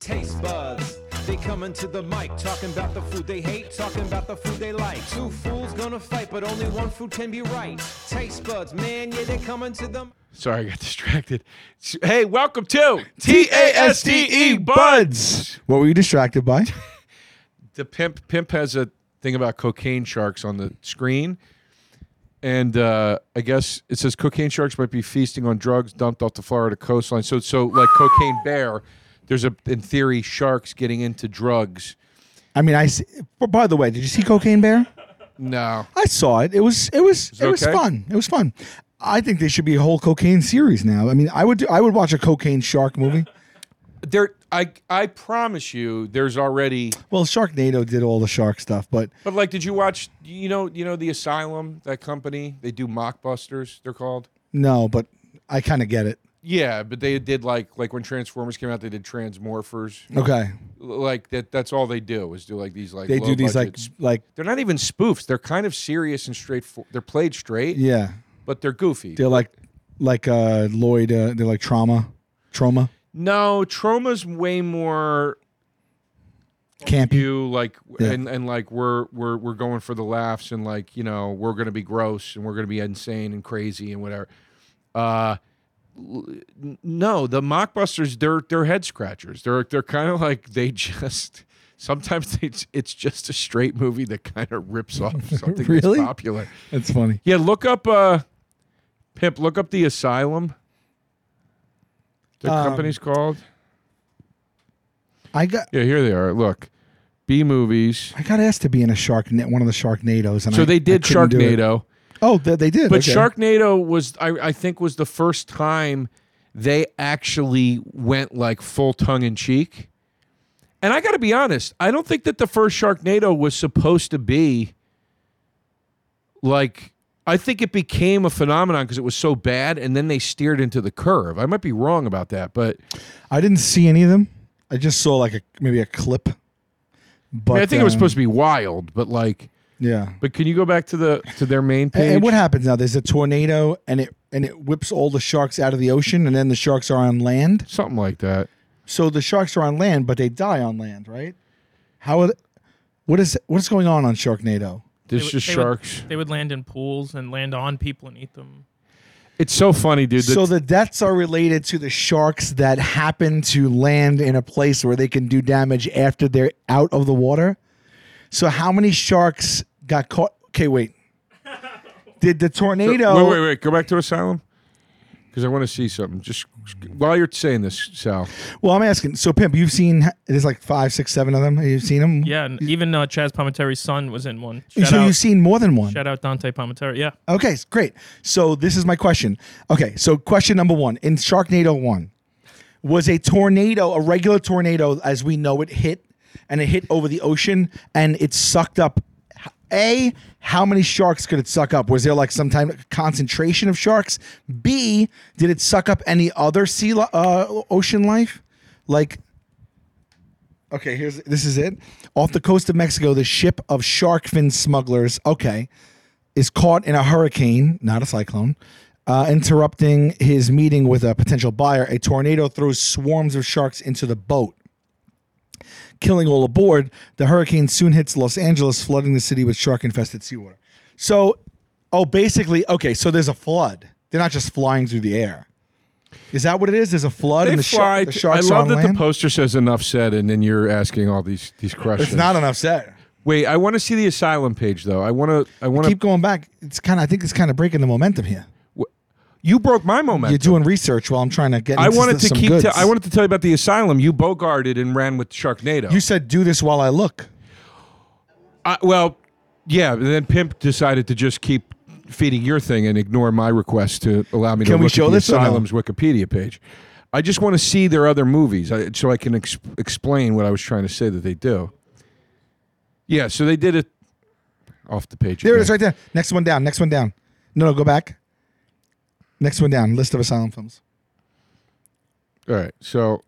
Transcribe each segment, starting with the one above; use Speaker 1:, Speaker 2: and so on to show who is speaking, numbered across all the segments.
Speaker 1: Taste buds. They coming to the mic, talking about the food they hate, talking about the food they like. Two fools gonna fight, but only one food can be right. Taste buds, man, yeah, they coming to the.
Speaker 2: Sorry, I got distracted. S- Hey, welcome to
Speaker 3: T A S T E buds. What were you distracted by?
Speaker 2: The pimp pimp has a thing about cocaine sharks on the screen. And uh, I guess it says cocaine sharks might be feasting on drugs dumped off the Florida coastline. So so like cocaine bear, there's a in theory sharks getting into drugs.
Speaker 3: I mean, I. See, but by the way, did you see Cocaine Bear?
Speaker 2: No.
Speaker 3: I saw it. It was it was it,
Speaker 2: it
Speaker 3: was
Speaker 2: okay?
Speaker 3: fun. It was fun. I think there should be a whole cocaine series now. I mean, I would do, I would watch a cocaine shark movie.
Speaker 2: There I I promise you there's already
Speaker 3: Well, Sharknado did all the shark stuff, but
Speaker 2: But like, did you watch? You know, you know the Asylum, that company. They do mockbusters. They're called.
Speaker 3: no, but I kind of get it.
Speaker 2: Yeah, but they did like like when Transformers came out, they did Transmorphers.
Speaker 3: Okay.
Speaker 2: L- Like that. That's all they do is do like these like
Speaker 3: Oh. They do these
Speaker 2: low-budget
Speaker 3: like
Speaker 2: s-
Speaker 3: s- like
Speaker 2: They're not even spoofs. They're kind of serious and straight. They're played straight,
Speaker 3: yeah.
Speaker 2: but they're goofy.
Speaker 3: They're like like uh Lloyd uh, they're like trauma trauma
Speaker 2: no, Troma's way more
Speaker 3: campy.
Speaker 2: you like
Speaker 3: Yeah.
Speaker 2: and and like we're we're we're going for the laughs and like you know we're gonna be gross and we're gonna be insane and crazy and whatever. Uh, l- n- no, the mockbusters they're they're head scratchers. They're they're kind of like they just sometimes it's it's just a straight movie that kind of rips off something
Speaker 3: Really?
Speaker 2: that's popular.
Speaker 3: That's funny.
Speaker 2: Yeah, look up uh, pimp. Look up the asylum. The
Speaker 3: Um,
Speaker 2: company's called.
Speaker 3: I got
Speaker 2: Yeah, here they are. Look, B movies.
Speaker 3: I got asked to be in a shark net one of the Sharknados and
Speaker 2: So
Speaker 3: I,
Speaker 2: they did
Speaker 3: I couldn't do it.
Speaker 2: Sharknado.
Speaker 3: Oh, they, they did.
Speaker 2: But
Speaker 3: okay.
Speaker 2: Sharknado was, I, I think, was the first time they actually went like full tongue in cheek. And I got to be honest, I don't think that the first Sharknado was supposed to be like. I think it became a phenomenon because it was so bad, and then they steered into the curve. I might be wrong about that, but
Speaker 3: I didn't see any of them. I just saw like a maybe a clip. But
Speaker 2: I, mean, I think it was
Speaker 3: um,
Speaker 2: supposed to be wild. But like,
Speaker 3: Yeah.
Speaker 2: but can you go back to the to their main
Speaker 3: And,
Speaker 2: page?
Speaker 3: and what happens now? There's a tornado, and it and it whips all the sharks out of the ocean, and then the sharks are on land.
Speaker 2: Something like that.
Speaker 3: So the sharks are on land, but they die on land, right? How? Are they, what is what is going on on Sharknado?
Speaker 2: This
Speaker 4: would-
Speaker 2: just
Speaker 4: they would-
Speaker 2: sharks.
Speaker 4: They would land in pools and land on people and eat them.
Speaker 2: It's so funny, dude. The
Speaker 3: so the deaths are related to the sharks that happen to land in a place where they can do damage after they're out of the water. So how many sharks got caught? Okay, wait. Did the tornado?
Speaker 2: Wait, wait, wait. Go back to Asylum because I want to see something. Just while you're saying this, Sal.
Speaker 3: Well, I'm asking. So, Pimp, you've seen there's like five, six, seven of them. You've seen them.
Speaker 4: Yeah, and even uh, Chaz Palminteri's son was in one.
Speaker 3: And
Speaker 4: Shout
Speaker 3: so
Speaker 4: out,
Speaker 3: you've seen more than one.
Speaker 4: shout out Dante Palminteri. Yeah,
Speaker 3: Okay, s- great. So this is my question. Okay, so question number one in Sharknado one, was a tornado, a regular tornado as we know it hit, and it hit over the ocean, and it sucked up. h- A, how many sharks could it suck up? Was there like some type of concentration of sharks? B, did it suck up any other sea li- uh, ocean life? Like Okay, here's this is it. Off the coast of Mexico, the ship of shark fin smugglers, okay, is caught in a hurricane, not a cyclone, uh, interrupting his meeting with a potential buyer. A tornado throws swarms of sharks into the boat, killing all aboard. The hurricane soon hits Los Angeles, flooding the city with shark infested seawater. So, oh, basically, okay, so there's a flood. They're not just flying through the air. Is that what it is? There's a flood and the, shar- the
Speaker 2: I
Speaker 3: sharks are
Speaker 2: love
Speaker 3: on
Speaker 2: that
Speaker 3: land?
Speaker 2: the poster says "enough said," and then you're asking all these these questions.
Speaker 3: it's not enough said.
Speaker 2: Wait, I want to see the Asylum page though. I want to. I want to.
Speaker 3: keep going back. It's kind of I think it's kind of breaking the momentum here.
Speaker 2: You broke my momentum.
Speaker 3: You're doing research while I'm trying to get.
Speaker 2: I
Speaker 3: into
Speaker 2: wanted
Speaker 3: s-
Speaker 2: to
Speaker 3: some
Speaker 2: keep.
Speaker 3: goods.
Speaker 2: T- I wanted to tell you about the Asylum. You bogarted and ran with Sharknado.
Speaker 3: You said do this while I look.
Speaker 2: I, well, yeah. And then Pimp decided to just keep feeding your thing and ignore my request to allow me to
Speaker 3: Can we
Speaker 2: look
Speaker 3: show
Speaker 2: at the
Speaker 3: this or no?
Speaker 2: Asylum's Wikipedia page. I just want to see their other movies I, so I can ex- explain what I was trying to say that they do. Yeah, so they did it off the page.
Speaker 3: There
Speaker 2: again.
Speaker 3: it is, right there. Next one down. Next one down. No, no, go back. Next one down. List of asylum films.
Speaker 2: All right, so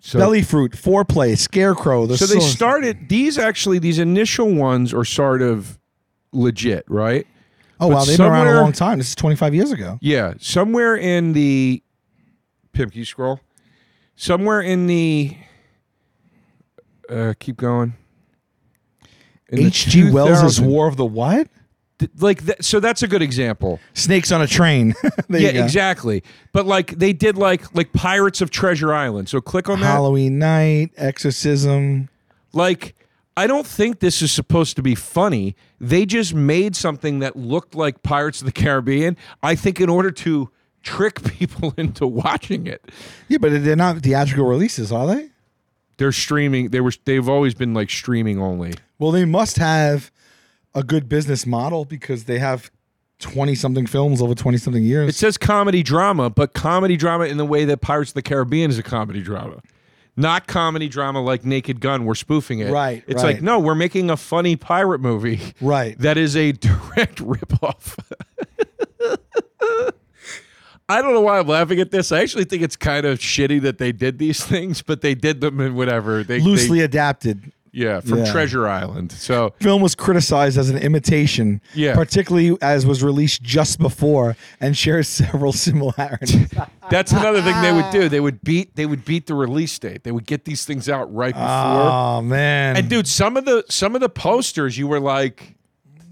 Speaker 2: so
Speaker 3: Belly fruit, foreplay, scarecrow. The
Speaker 2: so they
Speaker 3: Source.
Speaker 2: started these actually these initial ones are sort of legit, right?
Speaker 3: Oh wow,
Speaker 2: but
Speaker 3: they've been around a
Speaker 2: somewhere-
Speaker 3: long time. This is 25 years ago.
Speaker 2: Yeah, somewhere in the Pimp, can you scroll? somewhere in the uh keep going In the
Speaker 3: H.G. Wells'
Speaker 2: 2000
Speaker 3: War of the What?
Speaker 2: th- like that so that's a good example
Speaker 3: Snakes on a Train. There you
Speaker 2: yeah
Speaker 3: go.
Speaker 2: exactly but like they did like like pirates of treasure island so click on that
Speaker 3: Halloween Night, Exorcism.
Speaker 2: Like, I don't think this is supposed to be funny. They just made something that looked like Pirates of the Caribbean, I think, in order to trick people into watching it.
Speaker 3: Yeah, but they're not theatrical releases, are they?
Speaker 2: They're streaming. They were. They've always been like streaming only.
Speaker 3: Well, they must have a good business model because they have 20 something films over 20 something
Speaker 2: It
Speaker 3: years.
Speaker 2: says comedy drama, but comedy drama in the way that Pirates of the Caribbean is a comedy drama, not comedy drama like Naked Gun. We're spoofing it.
Speaker 3: Right,
Speaker 2: It's
Speaker 3: right.
Speaker 2: like no, we're making a funny pirate movie.
Speaker 3: Right.
Speaker 2: that is a direct ripoff. I don't know why I'm laughing at this. I actually think it's kind of shitty that they did these things, but they did them in whatever they they-
Speaker 3: Loosely adapted.
Speaker 2: yeah, from
Speaker 3: Yeah.
Speaker 2: Treasure Island. So
Speaker 3: Film was criticized as an imitation,
Speaker 2: Yeah.
Speaker 3: particularly as was released just before and shares several similarities.
Speaker 2: that's another thing they would do.
Speaker 3: Uh-uh.
Speaker 2: They would beat they would beat the release date. They would get these things out right before.
Speaker 3: oh man.
Speaker 2: And dude, some of the some of the posters you were like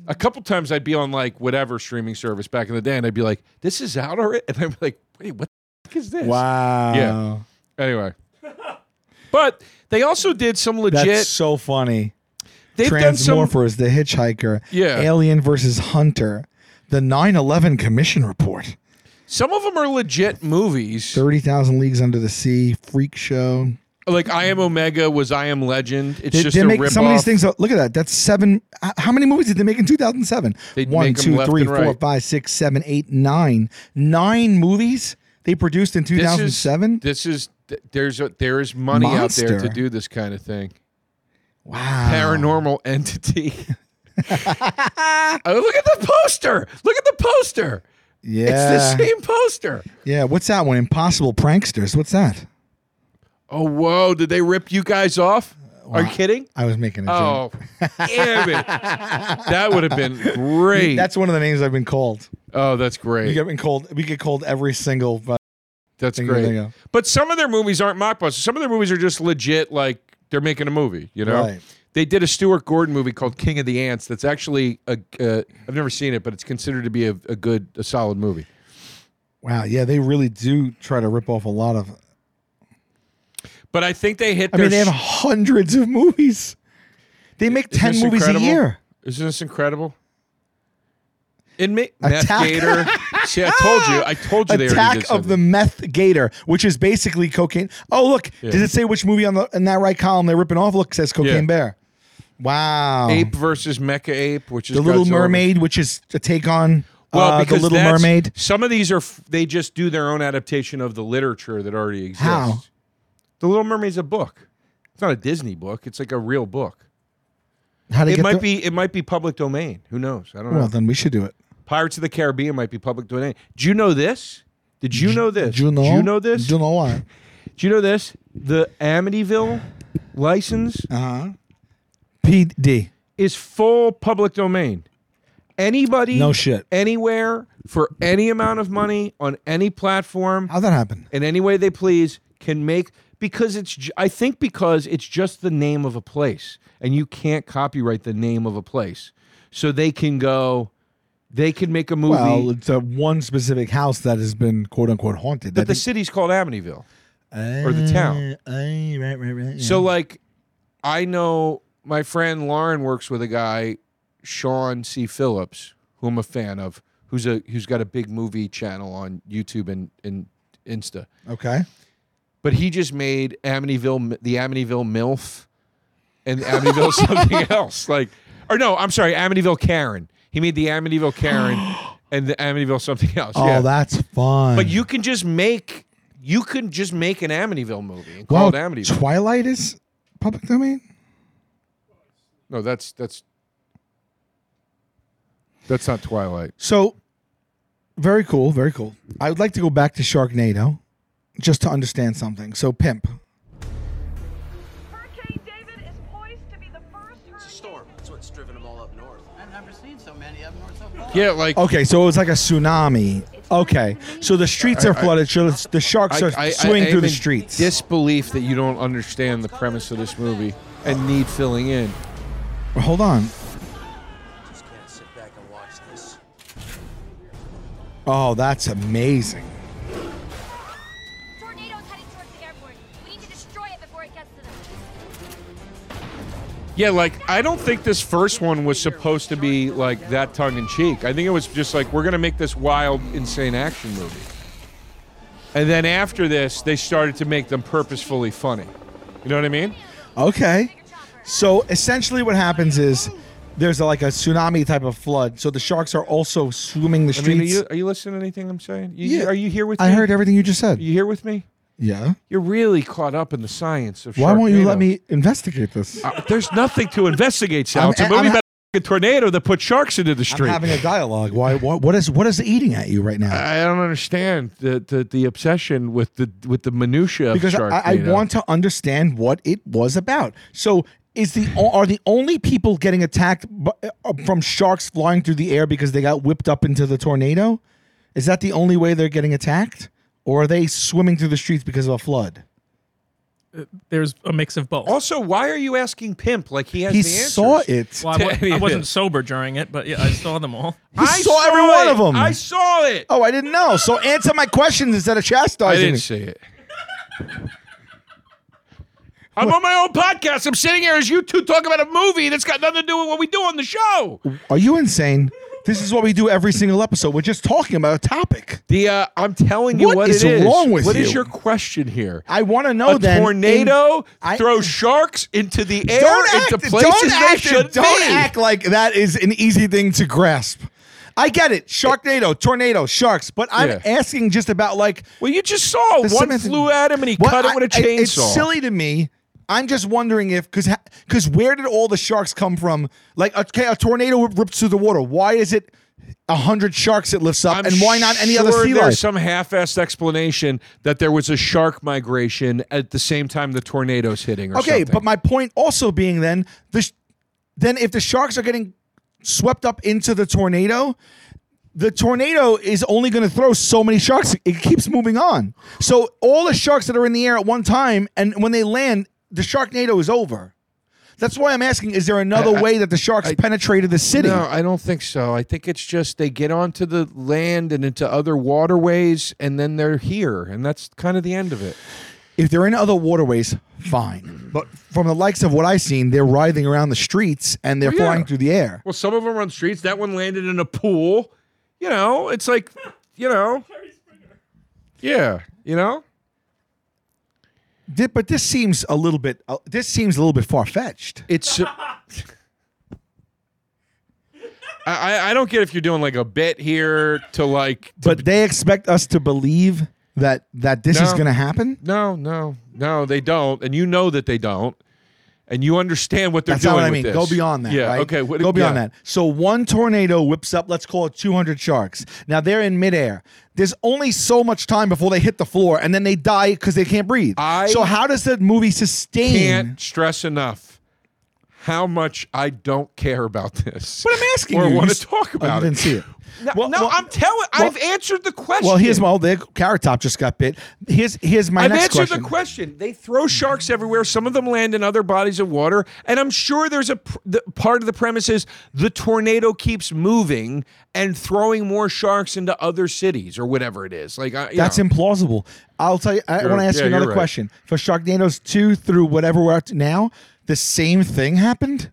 Speaker 2: a couple times I'd be on like whatever streaming service back in the day and I'd be like, this is out already and I'd be like, wait, what the fuck is this?
Speaker 3: wow.
Speaker 2: Yeah. Anyway. But they also did some legit
Speaker 3: That's so funny.
Speaker 2: they've done some
Speaker 3: Transmorphers, The Hitchhiker,
Speaker 2: Yeah.
Speaker 3: Alien versus Hunter, The 9 11 Commission Report,
Speaker 2: some of them are legit movies.
Speaker 3: 30,000 Leagues Under the Sea, Freak Show.
Speaker 2: like I am Omega was I am Legend. It's
Speaker 3: They,
Speaker 2: just
Speaker 3: they
Speaker 2: a
Speaker 3: make
Speaker 2: rip
Speaker 3: some of these
Speaker 2: off.
Speaker 3: things. Look at that. That's seven. h- How many movies did they make in 2007?
Speaker 2: They'd
Speaker 3: One,
Speaker 2: make 'em
Speaker 3: two,
Speaker 2: left
Speaker 3: three,
Speaker 2: and
Speaker 3: four,
Speaker 2: right.
Speaker 3: five, six, seven, eight, nine. Nine movies they produced in 2007.
Speaker 2: This is th- there's a, there is money out there
Speaker 3: Monster.
Speaker 2: to do this kind of thing.
Speaker 3: Wow.
Speaker 2: Paranormal entity. oh, look at the poster. Look at the poster.
Speaker 3: Yeah.
Speaker 2: It's the same poster.
Speaker 3: Yeah. What's that one? Impossible Pranksters. What's that?
Speaker 2: Oh whoa, did they rip you guys off? Are
Speaker 3: Uh,
Speaker 2: you kidding?
Speaker 3: I was making a joke.
Speaker 2: Oh, damn it. That would have been great.
Speaker 3: That's one of the names I've been called.
Speaker 2: oh, that's
Speaker 3: We
Speaker 2: great.
Speaker 3: get been called. We get called every single. uh,
Speaker 2: That's
Speaker 3: Bingo,
Speaker 2: great.
Speaker 3: bingo.
Speaker 2: But some of their movies aren't mockbusters. Some of their movies are just legit, like they're making a movie. You know,
Speaker 3: Right.
Speaker 2: they did a Stuart Gordon movie called King of the Ants. That's actually a uh, I've never seen it, but it's considered to be a, a good, a solid movie.
Speaker 3: Wow. Yeah, they really do try to rip off a lot of.
Speaker 2: But I think they hit.
Speaker 3: I
Speaker 2: Their
Speaker 3: mean, they have
Speaker 2: sh-
Speaker 3: hundreds of movies. They make
Speaker 2: Is
Speaker 3: ten
Speaker 2: this
Speaker 3: movies
Speaker 2: incredible?
Speaker 3: a year.
Speaker 2: Isn't this incredible? Inmate Meth
Speaker 3: Attack-
Speaker 2: Gator. See, I told you. I told you they already did
Speaker 3: Attack of the
Speaker 2: something.
Speaker 3: Meth Gator, which is basically cocaine. Oh, look, does it say which movie on the in that right column they're ripping off? Look, it says Cocaine
Speaker 2: Yeah.
Speaker 3: Bear. Wow.
Speaker 2: ape versus mecha ape, which is
Speaker 3: the Little
Speaker 2: Godzilla.
Speaker 3: Mermaid, which is a take on
Speaker 2: Well,
Speaker 3: uh, the
Speaker 2: because
Speaker 3: Little
Speaker 2: that's-
Speaker 3: Mermaid.
Speaker 2: Some of these are f- they just do their own adaptation of the literature that already exists.
Speaker 3: How?
Speaker 2: The Little Mermaid's a book. It's not a Disney book. It's like a real book.
Speaker 3: How to
Speaker 2: It
Speaker 3: get
Speaker 2: might
Speaker 3: the-
Speaker 2: be it might be public domain. Who knows? I don't
Speaker 3: Well,
Speaker 2: know.
Speaker 3: then we should do it.
Speaker 2: Pirates of the Caribbean might be public domain. Do you know this? Did you know this?
Speaker 3: Do you know?
Speaker 2: Do you know this?
Speaker 3: Do you know what?
Speaker 2: Do you know this? The Amityville license
Speaker 3: Uh huh. PD.
Speaker 2: is full public domain. Anybody
Speaker 3: No shit.
Speaker 2: anywhere for any amount of money on any platform
Speaker 3: How'd that happen?
Speaker 2: in any way they please can make because it's ju- i think because it's just the name of a place and you can't copyright the name of a place so they can go they can make a movie
Speaker 3: Well, it's a one specific house that has been quote unquote haunted. Eh,
Speaker 2: but the city's called amityville or the town.
Speaker 3: right, right, right. yeah.
Speaker 2: so like i know my friend lauren works with a guy sean c phillips who i'm a fan of who's a who's got a big movie channel on youtube and, and insta
Speaker 3: okay.
Speaker 2: but he just made Amityville the Amityville MILF and Amityville something else. Like, or no, I'm sorry, Amityville Karen. He made the Amityville Karen and the Amityville something else.
Speaker 3: Oh,
Speaker 2: yeah.
Speaker 3: that's fun.
Speaker 2: but you can just make you can just make an Amityville movie and
Speaker 3: well,
Speaker 2: call it Amityville.
Speaker 3: Twilight is public domain.
Speaker 2: no, that's that's that's not Twilight.
Speaker 3: So, very cool, very cool. I would like to go back to Sharknado, just to understand something. So, pimp.
Speaker 5: Hurricane David is poised to be the first hurricane.
Speaker 6: It's a storm. That's what's driven them all up north.
Speaker 7: I've never seen so many of them or so
Speaker 3: Oh,
Speaker 7: far.
Speaker 2: Yeah, like
Speaker 3: Okay, so it was like a tsunami Okay, so the streets are flooded. So the sharks are swimming
Speaker 2: am
Speaker 3: through the
Speaker 2: in
Speaker 3: streets.
Speaker 2: Disbelief that you don't understand the premise of this movie and need filling in.
Speaker 3: Hold on.
Speaker 6: Just can't sit back and watch this.
Speaker 3: Oh, that's amazing.
Speaker 7: Tornado's heading towards the airport. We need to destroy it before it gets to them.
Speaker 2: Yeah, like I don't think this first one was supposed to be like that tongue in cheek. I think it was just like we're gonna make this wild, insane action movie. And then after this, they started to make them purposefully funny. You know what I mean?
Speaker 3: Okay. So essentially, what happens is there's like a tsunami type of flood. So the sharks are also swimming the
Speaker 2: I mean, are
Speaker 3: streets.
Speaker 2: you, are you listening to anything I'm saying? You,
Speaker 3: Yeah.
Speaker 2: Are you here with me?
Speaker 3: I heard everything you just said.
Speaker 2: You here with me?
Speaker 3: Yeah.
Speaker 2: You're really caught up in the science of.
Speaker 3: Why won't you let
Speaker 2: Sharknado.
Speaker 3: me investigate this?
Speaker 2: Uh, there's nothing to investigate, Sal.
Speaker 3: I'm-
Speaker 2: it's a
Speaker 3: I'm
Speaker 2: movie
Speaker 3: ha-
Speaker 2: about a tornado that put sharks into the
Speaker 3: I'm
Speaker 2: street.
Speaker 3: having a dialogue. Why? What, what is what is eating at you right now?
Speaker 2: I don't understand the, the, the obsession with the with the minutia
Speaker 3: Because
Speaker 2: of
Speaker 3: I, I
Speaker 2: Sharknado.
Speaker 3: want to understand what it was about. So is the o- are the only people getting attacked bu- uh, from sharks flying through the air because they got whipped up into the tornado? Is that the only way they're getting attacked, or are they swimming through the streets because of a flood?
Speaker 4: There's a mix of both.
Speaker 2: Also, why are you asking Pimp like he has
Speaker 3: He
Speaker 2: the answers?
Speaker 3: saw it.
Speaker 4: Well, I, wa-
Speaker 2: Yeah.
Speaker 4: I wasn't sober during it, but yeah, I saw them all.
Speaker 3: He saw every one
Speaker 2: it.
Speaker 3: of them.
Speaker 2: I saw it.
Speaker 3: Oh, I didn't know. So answer my questions instead of
Speaker 2: I
Speaker 3: chastising.
Speaker 2: didn't
Speaker 3: me.
Speaker 2: see it. I'm on my own podcast. I'm sitting here as you two talk about a movie that's got nothing to do with what we do on the show.
Speaker 3: Are you insane? This is what we do every single episode. We're just talking about a topic.
Speaker 2: The uh, I'm telling you
Speaker 3: What
Speaker 2: what,
Speaker 3: is
Speaker 2: it is.
Speaker 3: wrong with
Speaker 2: What is
Speaker 3: you?
Speaker 2: your question here?
Speaker 3: I want to know
Speaker 2: a
Speaker 3: then.
Speaker 2: tornado
Speaker 3: in- I-
Speaker 2: throws sharks into the air
Speaker 3: don't act,
Speaker 2: into places
Speaker 3: don't
Speaker 2: they
Speaker 3: act,
Speaker 2: should
Speaker 3: don't
Speaker 2: be.
Speaker 3: act like that is an easy thing to grasp. I get it. Sharknado, tornado, sharks. But I'm
Speaker 2: Yeah.
Speaker 3: asking just about like
Speaker 2: Well, you just saw
Speaker 3: the
Speaker 2: one
Speaker 3: semantic-
Speaker 2: flew at him and he
Speaker 3: What
Speaker 2: cut
Speaker 3: I-
Speaker 2: it with a
Speaker 3: I-
Speaker 2: chainsaw.
Speaker 3: It's silly to me. I'm just wondering if because because where did all the sharks come from? Like okay, a tornado ripped through the water. Why is it a hundred sharks it lifts up,
Speaker 2: I'm
Speaker 3: and why not any other
Speaker 2: sure
Speaker 3: sea
Speaker 2: There's
Speaker 3: life?
Speaker 2: some half-assed explanation that there was a shark migration at the same time the tornado's hitting. Or
Speaker 3: Okay,
Speaker 2: something.
Speaker 3: but my point also being then the sh- then if the sharks are getting swept up into the tornado, the tornado is only going to throw so many sharks. It keeps moving on. So all the sharks that are in the air at one time, and when they land, the sharknado is over. That's why I'm asking: Is there another
Speaker 2: I-
Speaker 3: way that the sharks
Speaker 2: I-
Speaker 3: penetrated the city?
Speaker 2: No, I don't think so. I think it's just they get onto the land and into other waterways, and then they're here, and that's kind of the end of it.
Speaker 3: If they're in other waterways, fine. But from the likes of what I've seen, they're writhing around the streets and they're
Speaker 2: Yeah.
Speaker 3: flying through the air.
Speaker 2: Well, some of them are on streets. That one landed in a pool. You know, it's like, you know, yeah, you know.
Speaker 3: Thi- but this seems a little bit. Uh, this seems a little bit far fetched.
Speaker 2: It's. I, I I don't get if you're doing like a bit here to like. to-
Speaker 3: But they expect us to believe that that this is
Speaker 2: No.
Speaker 3: going to happen.
Speaker 2: no, no, no, they don't, and you know that they don't, and you understand what they're
Speaker 3: That's
Speaker 2: doing.
Speaker 3: not what I mean.
Speaker 2: with
Speaker 3: Go
Speaker 2: this.
Speaker 3: beyond that.
Speaker 2: Yeah.
Speaker 3: right?
Speaker 2: Okay. What,
Speaker 3: Go beyond
Speaker 2: yeah.
Speaker 3: that. So one tornado whips up. Let's call it 200 sharks. Now they're in midair. There's only so much time before they hit the floor, and then they die because they can't breathe.
Speaker 2: I
Speaker 3: so how does the movie sustain?
Speaker 2: Can't stress enough how much I don't care about this.
Speaker 3: But I'm asking
Speaker 2: or
Speaker 3: you.
Speaker 2: want
Speaker 3: You
Speaker 2: to
Speaker 3: s-
Speaker 2: talk
Speaker 3: Oh,
Speaker 2: about
Speaker 3: you
Speaker 2: it.
Speaker 3: didn't see it.
Speaker 2: No,
Speaker 3: Well,
Speaker 2: no
Speaker 3: well-
Speaker 2: I'm telling.
Speaker 3: well-
Speaker 2: I've answered the question.
Speaker 3: Well, here's my old carrot top just got bit. Here's here's my
Speaker 2: I've
Speaker 3: next
Speaker 2: answered
Speaker 3: question.
Speaker 2: the question. They throw sharks everywhere. Some of them land in other bodies of water, and I'm sure there's a pr- the, part of the premise is the tornado keeps moving and throwing more sharks into other cities or whatever it is. Like I, you
Speaker 3: That's
Speaker 2: know.
Speaker 3: implausible. I'll tell you. I
Speaker 2: You're-
Speaker 3: want to ask
Speaker 2: yeah,
Speaker 3: you another
Speaker 2: you're right.
Speaker 3: question. For Sharknadoes two through whatever we're at now, the same thing happened.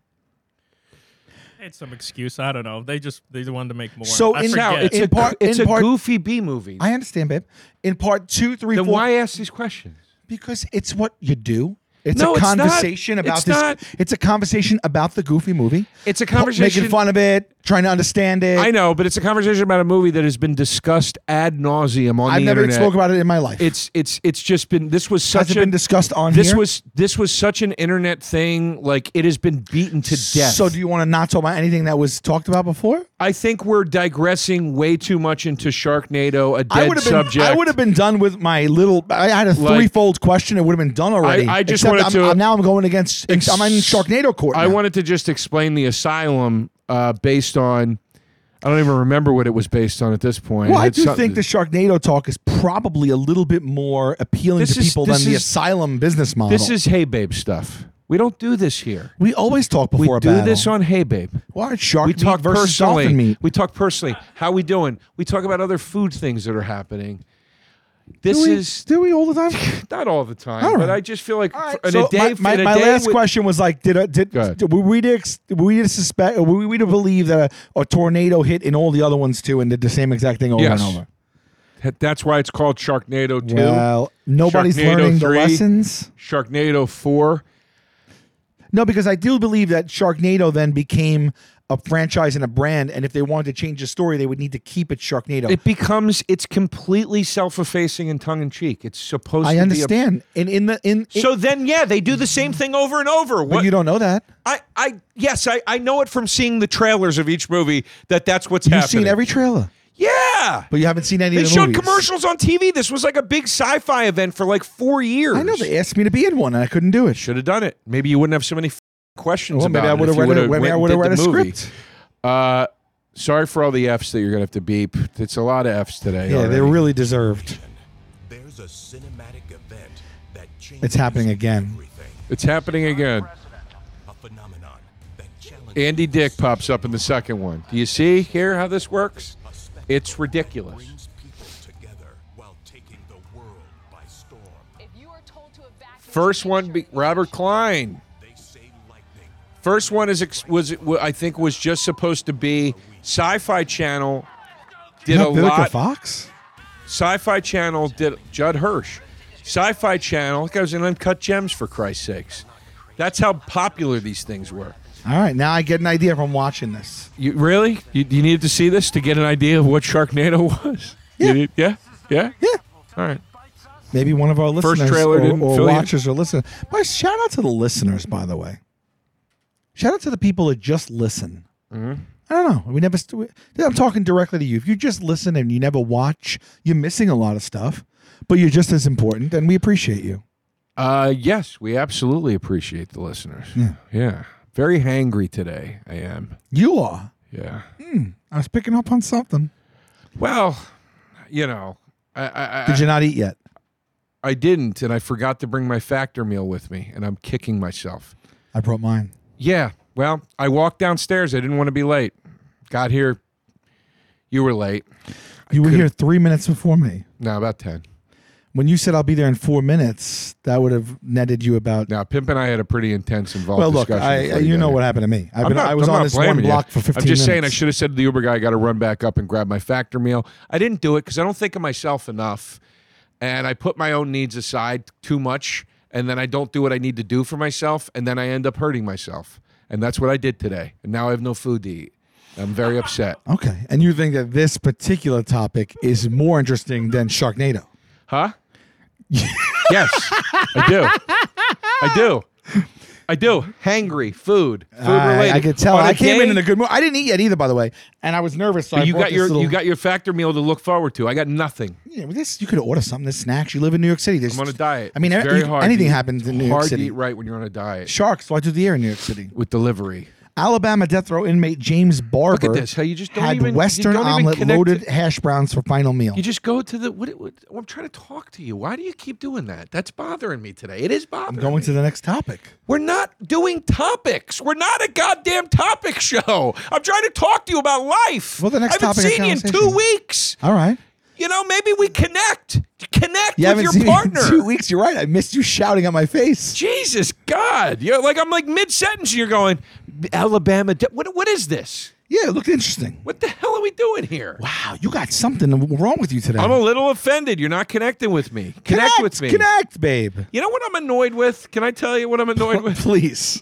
Speaker 4: It's some excuse. I don't know. They just they wanted to make more.
Speaker 3: So
Speaker 4: I
Speaker 3: in-
Speaker 4: forget.
Speaker 2: Now, it's
Speaker 3: In
Speaker 2: a
Speaker 3: part-
Speaker 2: it's
Speaker 3: in
Speaker 2: a
Speaker 3: part-
Speaker 2: goofy B movie.
Speaker 3: I understand, babe. In part two, three,
Speaker 2: then
Speaker 3: four-
Speaker 2: why ask these questions?
Speaker 3: because it's what you do. It's
Speaker 2: No,
Speaker 3: a
Speaker 2: it's not.
Speaker 3: conversation about
Speaker 2: It's
Speaker 3: this.
Speaker 2: not.
Speaker 3: It's a conversation about the Goofy movie.
Speaker 2: It's a
Speaker 3: Pu-
Speaker 2: conversation-
Speaker 3: making fun of it, trying to understand it.
Speaker 2: I know, but it's a conversation about a movie that has been discussed ad nauseum on
Speaker 3: I've
Speaker 2: the
Speaker 3: never
Speaker 2: internet.
Speaker 3: spoke about it in my life.
Speaker 2: it's it's it's just been this was such
Speaker 3: has it
Speaker 2: a
Speaker 3: been discussed on
Speaker 2: this
Speaker 3: here?
Speaker 2: was this was such an internet thing like it has been beaten to death
Speaker 3: So do you want to not talk about anything that was talked about before?
Speaker 2: I think we're digressing way too much into Sharknado, a dead
Speaker 3: I would have been.
Speaker 2: subject.
Speaker 3: I would have been done with my little. I had a
Speaker 2: Like-
Speaker 3: threefold question. It would have been done already.
Speaker 2: I just
Speaker 3: Except
Speaker 2: wanted
Speaker 3: I'm,
Speaker 2: to-
Speaker 3: I'm- now I'm going against.
Speaker 2: Ex-
Speaker 3: I'm in Sharknado court.
Speaker 2: I
Speaker 3: now.
Speaker 2: wanted to just explain the asylum uh, based on. I don't even remember what it was based on at this point.
Speaker 3: Well,
Speaker 2: It
Speaker 3: I
Speaker 2: had
Speaker 3: do
Speaker 2: something-
Speaker 3: think the Sharknado talk is probably a little bit more appealing
Speaker 2: This
Speaker 3: to
Speaker 2: is-
Speaker 3: people
Speaker 2: this
Speaker 3: than the
Speaker 2: is-
Speaker 3: asylum business model.
Speaker 2: This is Hey Babe stuff. We don't do this here.
Speaker 3: we always talk
Speaker 2: We
Speaker 3: before a
Speaker 2: do
Speaker 3: battle.
Speaker 2: this on Hey Babe.
Speaker 3: Why aren't shark
Speaker 2: we
Speaker 3: meat
Speaker 2: talk
Speaker 3: versus
Speaker 2: personally.
Speaker 3: dolphin meat?
Speaker 2: We talk personally. How we doing? We talk about other food things that are happening. This is
Speaker 3: do we all the time?
Speaker 2: not all the time,
Speaker 3: All right.
Speaker 2: but I just feel like in
Speaker 3: So
Speaker 2: a day.
Speaker 3: my, my,
Speaker 2: in a
Speaker 3: my
Speaker 2: day
Speaker 3: last
Speaker 2: with-
Speaker 3: question was like, did I, did,
Speaker 2: Go ahead.
Speaker 3: did- were we to ex- were we to suspect were we to believe that a, a tornado hit in all the other ones too and did the same exact thing over
Speaker 2: Yes.
Speaker 3: and over?
Speaker 2: That's why it's called Sharknado Two,
Speaker 3: Well, nobody's
Speaker 2: Sharknado
Speaker 3: learning the
Speaker 2: three.
Speaker 3: lessons.
Speaker 2: Sharknado Four.
Speaker 3: No, because I do believe that Sharknado then became a franchise and a brand, and if they wanted to change the story, they would need to keep it Sharknado.
Speaker 2: It becomes it's completely self-effacing and tongue-in-cheek. It's supposed.
Speaker 3: I
Speaker 2: to
Speaker 3: understand, and in the in,
Speaker 2: Be a,
Speaker 3: it-
Speaker 2: so then, yeah, they do the same thing over and over.
Speaker 3: but
Speaker 2: What
Speaker 3: you don't know that.
Speaker 2: I, I, yes, I, I know it from seeing the trailers of each movie that that's what's
Speaker 3: You've
Speaker 2: happening.
Speaker 3: seen every trailer,
Speaker 2: yeah.
Speaker 3: but you haven't seen any
Speaker 2: They
Speaker 3: of the
Speaker 2: showed
Speaker 3: movies.
Speaker 2: commercials on TV. This was like a big sci-fi event for like four years.
Speaker 3: I know they asked me to be in one, and I couldn't do it.
Speaker 2: should have done it. Maybe you wouldn't have so many f- questions
Speaker 3: Well,
Speaker 2: about
Speaker 3: maybe I
Speaker 2: it.
Speaker 3: would've
Speaker 2: if you
Speaker 3: read
Speaker 2: would've
Speaker 3: it- maybe
Speaker 2: went
Speaker 3: I
Speaker 2: and
Speaker 3: would've
Speaker 2: did
Speaker 3: read
Speaker 2: the
Speaker 3: a
Speaker 2: movie.
Speaker 3: script.
Speaker 2: Uh, sorry for all the Fs that you're gonna have to beep. It's a lot of Fs today.
Speaker 3: Yeah, they
Speaker 2: already.
Speaker 3: really deserved.
Speaker 8: There's a cinematic event that changes
Speaker 3: It's happening again.
Speaker 8: Everything.
Speaker 2: It's happening again.
Speaker 8: A phenomenon that challenges
Speaker 2: Andy Dick pops up in the second one. Do you see here how this works? It's ridiculous.
Speaker 8: brings people together while taking the world by storm.
Speaker 9: If you are told to evacuate,
Speaker 2: First
Speaker 9: make
Speaker 2: one,
Speaker 9: sure
Speaker 2: be,
Speaker 9: that you
Speaker 2: Robert
Speaker 9: shoot.
Speaker 2: Klein.
Speaker 8: They say lightning
Speaker 2: First one is ex- was wa- I think was just supposed to be Sci-Fi Channel did a
Speaker 3: Not Vivica
Speaker 2: lot.
Speaker 3: Fox.
Speaker 2: Sci-Fi Channel did Judd Hirsch. Sci-Fi Channel that was in Uncut Gems for Christ's sakes. That's how popular these things were.
Speaker 3: All right, now I get an idea from watching this.
Speaker 2: You really? You, you needed to see this to get an idea of what Sharknado was. You
Speaker 3: Yeah.
Speaker 2: did- yeah, yeah,
Speaker 3: Yeah.
Speaker 2: All right.
Speaker 3: Maybe one of our listeners
Speaker 2: trailer
Speaker 3: or,
Speaker 2: didn't
Speaker 3: or
Speaker 2: fill you?
Speaker 3: watchers or listeners. By shout out to the listeners, by the way. Shout out to the people that just listen.
Speaker 2: Mm-hmm.
Speaker 3: I don't know. We never. St- we- I'm talking directly to you. If you just listen and you never watch, you're missing a lot of stuff. But you're just as important, and we appreciate you.
Speaker 2: Uh, yes, we absolutely appreciate the listeners. Yeah. Very hangry today. I am.
Speaker 3: You are.
Speaker 2: Yeah.
Speaker 3: I was picking up on something.
Speaker 2: Well, you know, I I, I,
Speaker 3: Did you not eat yet?
Speaker 2: I didn't, and I forgot to bring my factor meal with me, and I'm kicking myself.
Speaker 3: I brought mine.
Speaker 2: Yeah. Well, I walked downstairs. I didn't want to be late. Got here. You were late.
Speaker 3: You were
Speaker 2: could've-
Speaker 3: here three minutes before me.
Speaker 2: No, about 10.
Speaker 3: When you said I'll be there in four minutes, that would have netted you about
Speaker 2: Now, Pimp and I had a pretty intense, involved
Speaker 3: Well, look,
Speaker 2: discussion.
Speaker 3: I,
Speaker 2: before
Speaker 3: you
Speaker 2: got
Speaker 3: know
Speaker 2: here.
Speaker 3: what happened to me. I've
Speaker 2: I'm
Speaker 3: been,
Speaker 2: not,
Speaker 3: I was
Speaker 2: I'm
Speaker 3: on
Speaker 2: not
Speaker 3: this one
Speaker 2: blaming you.
Speaker 3: block for 15
Speaker 2: I'm just saying I
Speaker 3: minutes.
Speaker 2: should have said to the Uber guy, I got to run back up and grab my factor meal. I didn't do it because I don't think of myself enough. And I put my own needs aside too much. And then I don't do what I need to do for myself. And then I end up hurting myself. And that's what I did today. And now I have no food to eat. I'm very upset.
Speaker 3: Okay. And you think that this particular topic is more interesting than Sharknado?
Speaker 2: Huh? yes, I do. I do. I do. Hangry, food, food
Speaker 3: I,
Speaker 2: related.
Speaker 3: I could tell.
Speaker 2: On
Speaker 3: I came in in a
Speaker 2: day-
Speaker 3: good mood. I didn't eat yet either, by the way, and I was nervous. So I
Speaker 2: you
Speaker 3: brought
Speaker 2: got
Speaker 3: this
Speaker 2: your
Speaker 3: little-
Speaker 2: you got your factor meal to look forward to. I got nothing.
Speaker 3: Yeah, well, this you could order something. This snacks. You live in New York City. There's,
Speaker 2: I'm on a diet.
Speaker 3: I mean,
Speaker 2: It's
Speaker 3: e-
Speaker 2: very
Speaker 3: you-
Speaker 2: hard to
Speaker 3: anything
Speaker 2: eat-
Speaker 3: happens in New York
Speaker 2: hard
Speaker 3: City.
Speaker 2: to eat right when you're on a diet
Speaker 3: Sharks fly through the air in New York City.
Speaker 2: with delivery.
Speaker 3: Alabama death row inmate James Barber
Speaker 2: this, how you just don't
Speaker 3: had
Speaker 2: even- you
Speaker 3: Western
Speaker 2: don't even
Speaker 3: omelet
Speaker 2: connect
Speaker 3: loaded
Speaker 2: it.
Speaker 3: hash browns for final meal.
Speaker 2: You just go to the what, what? I'm trying to talk to you. Why do you keep doing that? That's bothering me today. It is bothering.
Speaker 3: I'm
Speaker 2: me.
Speaker 3: going to the next topic.
Speaker 2: We're not doing topics. We're not a goddamn topic show. I'm trying to talk to you about life.
Speaker 3: Well, the next
Speaker 2: I haven't
Speaker 3: topic of
Speaker 2: seen you in two
Speaker 3: conversation.
Speaker 2: weeks.
Speaker 3: All right.
Speaker 2: You know, maybe we connect. Connect
Speaker 3: You
Speaker 2: with
Speaker 3: haven't
Speaker 2: your
Speaker 3: seen me in
Speaker 2: partner.
Speaker 3: two weeks. You're right. I missed you shouting at my face.
Speaker 2: Jesus God! You're like I'm like mid sentence. You're going Alabama. de- What what is this?
Speaker 3: Yeah, it looked interesting.
Speaker 2: What the hell are we doing here?
Speaker 3: Wow, you got something wrong with you today.
Speaker 2: I'm a little offended. You're not connecting with me. Connect, with me.
Speaker 3: Connect, babe.
Speaker 2: You know what I'm annoyed with? Can I tell you what I'm annoyed with?
Speaker 3: Please.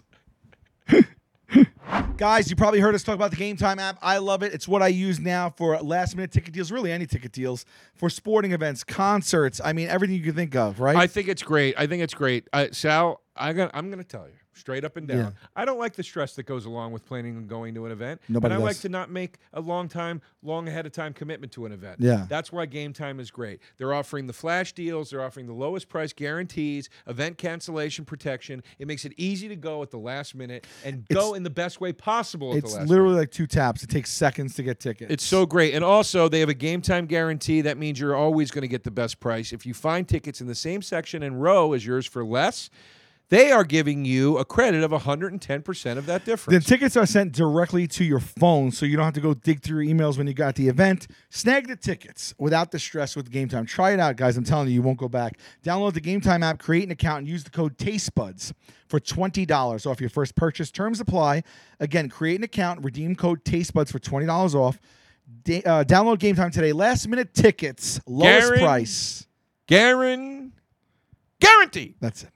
Speaker 3: Guys, you probably heard us talk about the Game Time app. I love it. It's what I use now for last minute ticket deals, really any ticket deals, for sporting events, concerts. I mean, everything you can think of, right?
Speaker 2: I think it's great. I think it's great. Uh, Sal, I got, I'm going to tell you straight up and down.
Speaker 3: Yeah.
Speaker 2: I don't like the stress that goes along with planning and going to an event. and
Speaker 3: Nobody
Speaker 2: I
Speaker 3: does.
Speaker 2: like to not make a long time, long ahead of time commitment to an event.
Speaker 3: Yeah.
Speaker 2: That's why game time is great. They're offering the flash deals, they're offering the lowest price guarantees, event cancellation protection. It makes it easy to go at the last minute and go in the best way possible at
Speaker 3: It's
Speaker 2: the last
Speaker 3: literally
Speaker 2: minute.
Speaker 3: like two taps. It takes seconds to get tickets.
Speaker 2: It's so great. And also, they have a game time guarantee. That means you're always going to get the best price. If you find tickets in the same section and row as yours for less, they are giving you a credit of 110% of that
Speaker 3: The
Speaker 2: difference.
Speaker 3: tickets are sent directly to your phone, so you don't have to go dig through your emails when you got the event. Snag the tickets without the stress with Game Time. Try it out, guys. I'm telling you, you won't go back. Download the Game Time app, create an account, and use the code TasteBuds for $20 off your first purchase. Terms apply. Again, create an account, redeem code TasteBuds for $20 off. Da- uh, download Game Time today. Last minute tickets, lowest
Speaker 2: Guaran-
Speaker 3: price.
Speaker 2: Guaran- guarantee.
Speaker 3: That's it.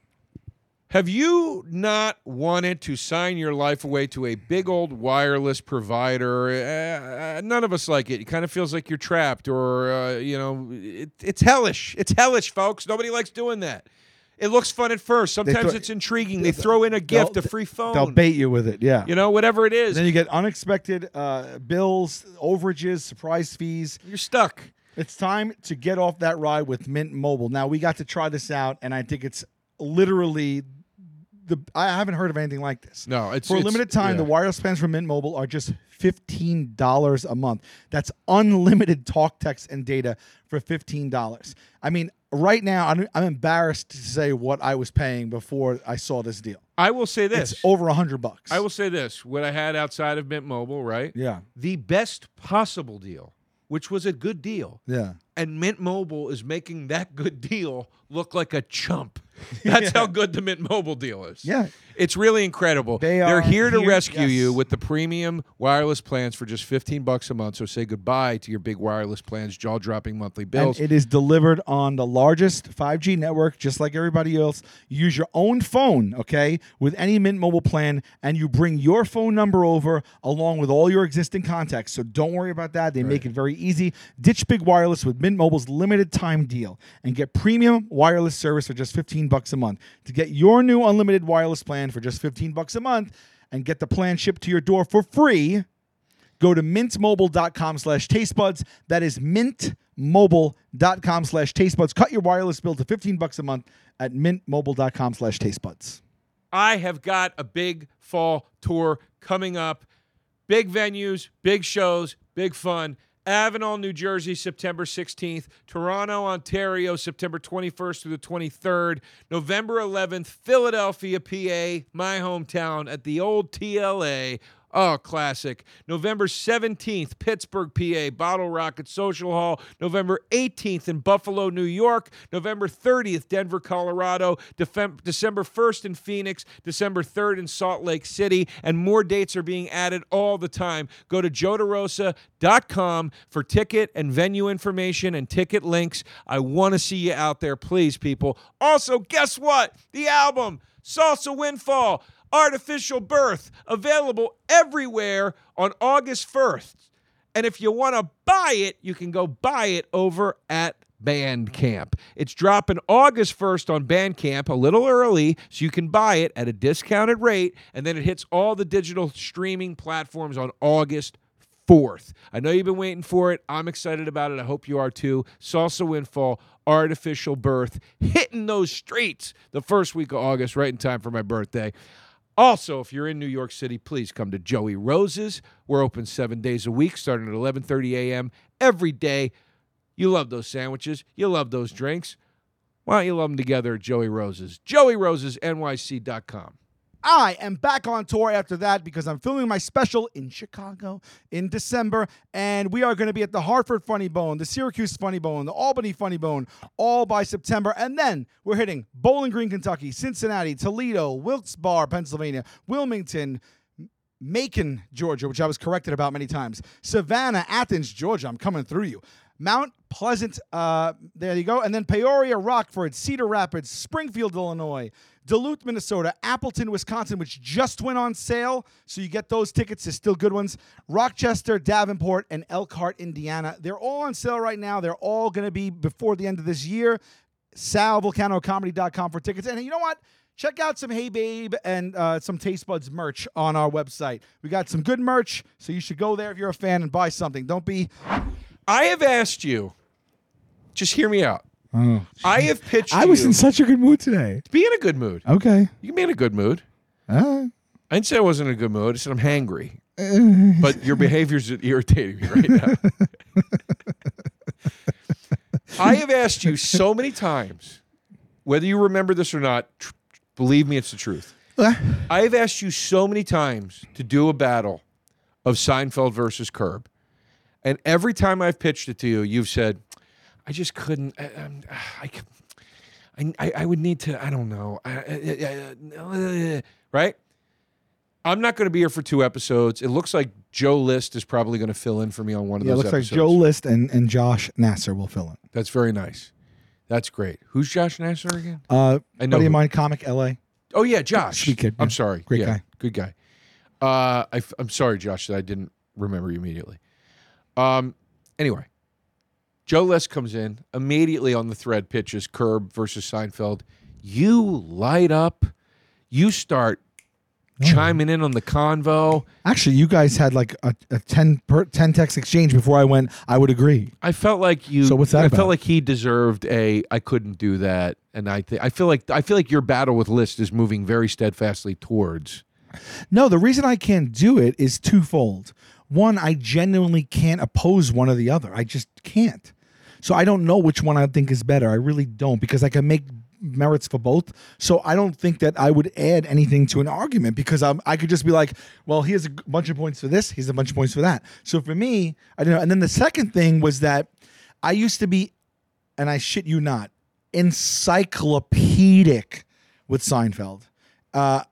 Speaker 2: Have you not wanted to sign your life away to a big old wireless provider? Uh, uh, none of us like it. It kind of feels like you're trapped, or uh, you know, it, it's hellish. It's hellish, folks. Nobody likes doing that. It looks fun at first. Sometimes
Speaker 3: throw-
Speaker 2: it's intriguing. They throw in a gift, a
Speaker 3: They'll-
Speaker 2: free phone.
Speaker 3: They'll bait you with it. Yeah.
Speaker 2: you know, whatever it is,
Speaker 3: then you get unexpected uh, bills, overages, surprise fees.
Speaker 2: you're stuck.
Speaker 3: It's time to get off that ride with Mint Mobile. Now we got to try this out, and I think it's literally the I haven't heard of anything like this.
Speaker 2: No, it's-
Speaker 3: for a
Speaker 2: it's-
Speaker 3: limited time. The
Speaker 2: yeah.
Speaker 3: wireless plans from Mint Mobile are just fifteen dollars a month. That's unlimited talk, text, and data for fifteen dollars. I mean, right now I'm, I'm embarrassed to say what I was paying before I saw this deal.
Speaker 2: I will say this.
Speaker 3: It's over a hundred bucks.
Speaker 2: I will say this. What I had outside of Mint Mobile, right?
Speaker 3: Yeah.
Speaker 2: The best possible deal, which was a good deal.
Speaker 3: Yeah.
Speaker 2: and Mint Mobile is making that good deal look like a chump. That's how good the Mint Mobile deal is.
Speaker 3: Yeah.
Speaker 2: It's really incredible.
Speaker 3: They
Speaker 2: are
Speaker 3: are
Speaker 2: here to
Speaker 3: here-
Speaker 2: rescue you
Speaker 3: yes.
Speaker 2: with the premium wireless plans for just 15 bucks a month. So say goodbye to your big wireless plans, jaw-dropping monthly bills.
Speaker 3: And it is delivered on the largest 5G network, just like everybody else. You use your own phone, okay, with any Mint Mobile plan, and you bring your phone number over along with all your existing contacts. So don't worry about that. They make it very easy. Ditch big wireless with Mint Mobile's limited time deal and get premium wireless service for just 15 bucks a month. To get your new unlimited wireless plan for just 15 bucks a month and get the plan shipped to your door for free go to mintmobile.com slash tastebuds. That is mintmobile.com slash tastebuds. Cut your wireless bill to 15 bucks a month at mintmobile.com slash tastebuds.
Speaker 2: I have got a big fall tour coming up. Big venues, big shows, big fun. Avenel, New Jersey, September 16th. Toronto, Ontario, September 21st through the 23rd. November 11th, Philadelphia, PA, my hometown, at the old TLA. Oh, classic. November 17th, Pittsburgh, PA, Bottle Rocket Social Hall. November 18th in Buffalo, New York. November 30th, Denver, Colorado. Defem- December 1st in Phoenix. December 3rd in Salt Lake City. And more dates are being added all the time. Go to joderosa.com for ticket and venue information and ticket links. I want to see you out there, please, people. Also, guess what? The album, Salsa Windfall. Artificial Birth, available everywhere on August 1st. And if you want to buy it, you can go buy it over at Bandcamp. It's dropping August 1st on Bandcamp a little early, so you can buy it at a discounted rate. And then it hits all the digital streaming platforms on August 4th. I know you've been waiting for it. I'm excited about it. I hope you are too. Salsa Windfall, Artificial Birth, hitting those streets the first week of August, right in time for my birthday. Also, if you're in New York City, please come to Joey Rose's. We're open seven days a week, starting at 11:30 a.m. every day. You love those sandwiches. You love those drinks. Why don't you love them together at Joey Rose's? JoeyRosesNYC.com.
Speaker 3: I am back on tour after that because I'm filming my special in Chicago in December. And we are going to be at the Hartford Funny Bone, the Syracuse Funny Bone, the Albany Funny Bone, all by September. And then we're hitting Bowling Green, Kentucky, Cincinnati, Toledo, Wilkes-Barre, Pennsylvania, Wilmington, Macon, Georgia, which I was corrected about many times. Savannah, Athens, Georgia. I'm coming through you. Mount Pleasant, uh, there you go. And then Peoria, Rockford, Cedar Rapids, Springfield, Illinois, Duluth, Minnesota, Appleton, Wisconsin, which just went on sale. So you get those tickets. They're still good ones. Rochester, Davenport, and Elkhart, Indiana. They're all on sale right now. They're all going to be before the end of this year. SalVolcanoComedy.com for tickets. And you know what? check out some Hey Babe and uh, some Taste Buds merch on our website. We got some good merch, so you should go there if you're a fan and buy something. Don't be.
Speaker 2: I have asked you. Just hear me out. I have pitched. you-
Speaker 3: such a good mood today.
Speaker 2: be in a good mood.
Speaker 3: Okay.
Speaker 2: You can be in a good mood. I didn't say I wasn't in a good mood. I said I'm hangry. but your behavior's irritating me right now. I have asked you so many times, whether you remember this or not, tr- tr- believe me, it's the truth. I have asked you so many times to do a battle of Seinfeld versus Curb. And every time I've pitched it to you, you've said, I just couldn't. I, I'm- I, c- I- I- I would need to, I don't know. I- I- I- I- uh, right? I'm not going to be here for two episodes. It looks like Joe List is probably going to fill in for me on one of
Speaker 3: Yeah, it
Speaker 2: those
Speaker 3: looks
Speaker 2: episodes.
Speaker 3: like Joe List and, and Josh Nasser will fill in.
Speaker 2: That's very nice. That's great. Who's Josh Nasser again?
Speaker 3: Uh,
Speaker 2: I know
Speaker 3: buddy
Speaker 2: who-
Speaker 3: of mine, comic LA.
Speaker 2: Oh yeah, Josh.
Speaker 3: Sweet kid,
Speaker 2: I'm
Speaker 3: yeah.
Speaker 2: sorry.
Speaker 3: Great
Speaker 2: Yeah,
Speaker 3: guy.
Speaker 2: Good guy. Uh, I, am sorry, Josh, that I didn't remember you immediately. Um, anyway, Joe Les comes in immediately on the thread pitches Curb versus Seinfeld. You light up. You start
Speaker 3: Oh.
Speaker 2: chiming in on the convo.
Speaker 3: Actually, you guys had like a, a 10, per, 10 text exchange before I went, I would agree.
Speaker 2: I felt like you.
Speaker 3: So what's that
Speaker 2: I
Speaker 3: about?
Speaker 2: felt like he deserved a. I couldn't do that, and I. Th- I feel like I feel like your battle with List is moving very steadfastly towards.
Speaker 3: No, the reason I can't do it is twofold. One, I genuinely can't oppose one or the other. I just can't. So I don't know which one I think is better. I really don't because I can make merits for both. So I don't think that I would add anything to an argument because I'm, I could just be like, well, here's a g- bunch of points for this, here's a bunch of points for that. So for me, I don't know. And then the second thing was that I used to be and I shit you not, encyclopedic with Seinfeld. Uh,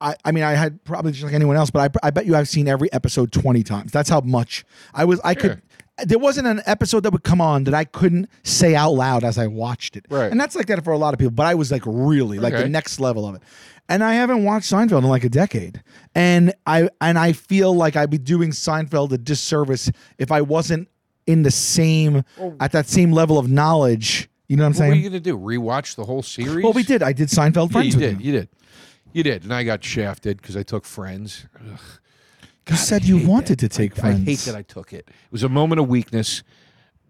Speaker 3: I, I mean, I had probably just like anyone else, but I, I bet you I've seen every episode 20 times. That's how much I was, I could, there wasn't an episode that would come on that I couldn't say out loud as I watched it.
Speaker 2: Right.
Speaker 3: And that's like that for a lot of people, but I was like really like the
Speaker 2: Okay.
Speaker 3: next level of it. And I haven't watched Seinfeld in like a decade. And I, and I feel like I'd be doing Seinfeld a disservice if I wasn't in the same
Speaker 2: Oh.
Speaker 3: at that same level of knowledge. You know what I'm
Speaker 2: What were you
Speaker 3: saying?
Speaker 2: going to do? Rewatch the whole series?
Speaker 3: Well, we did. I did Seinfeld
Speaker 2: Yeah, you
Speaker 3: Friends with
Speaker 2: did.
Speaker 3: you.
Speaker 2: You did. You did. And I got shafted because I took Friends. Ugh,
Speaker 3: You said you wanted to take
Speaker 2: I
Speaker 3: Friends.
Speaker 2: hate that I took it. It was a moment of weakness.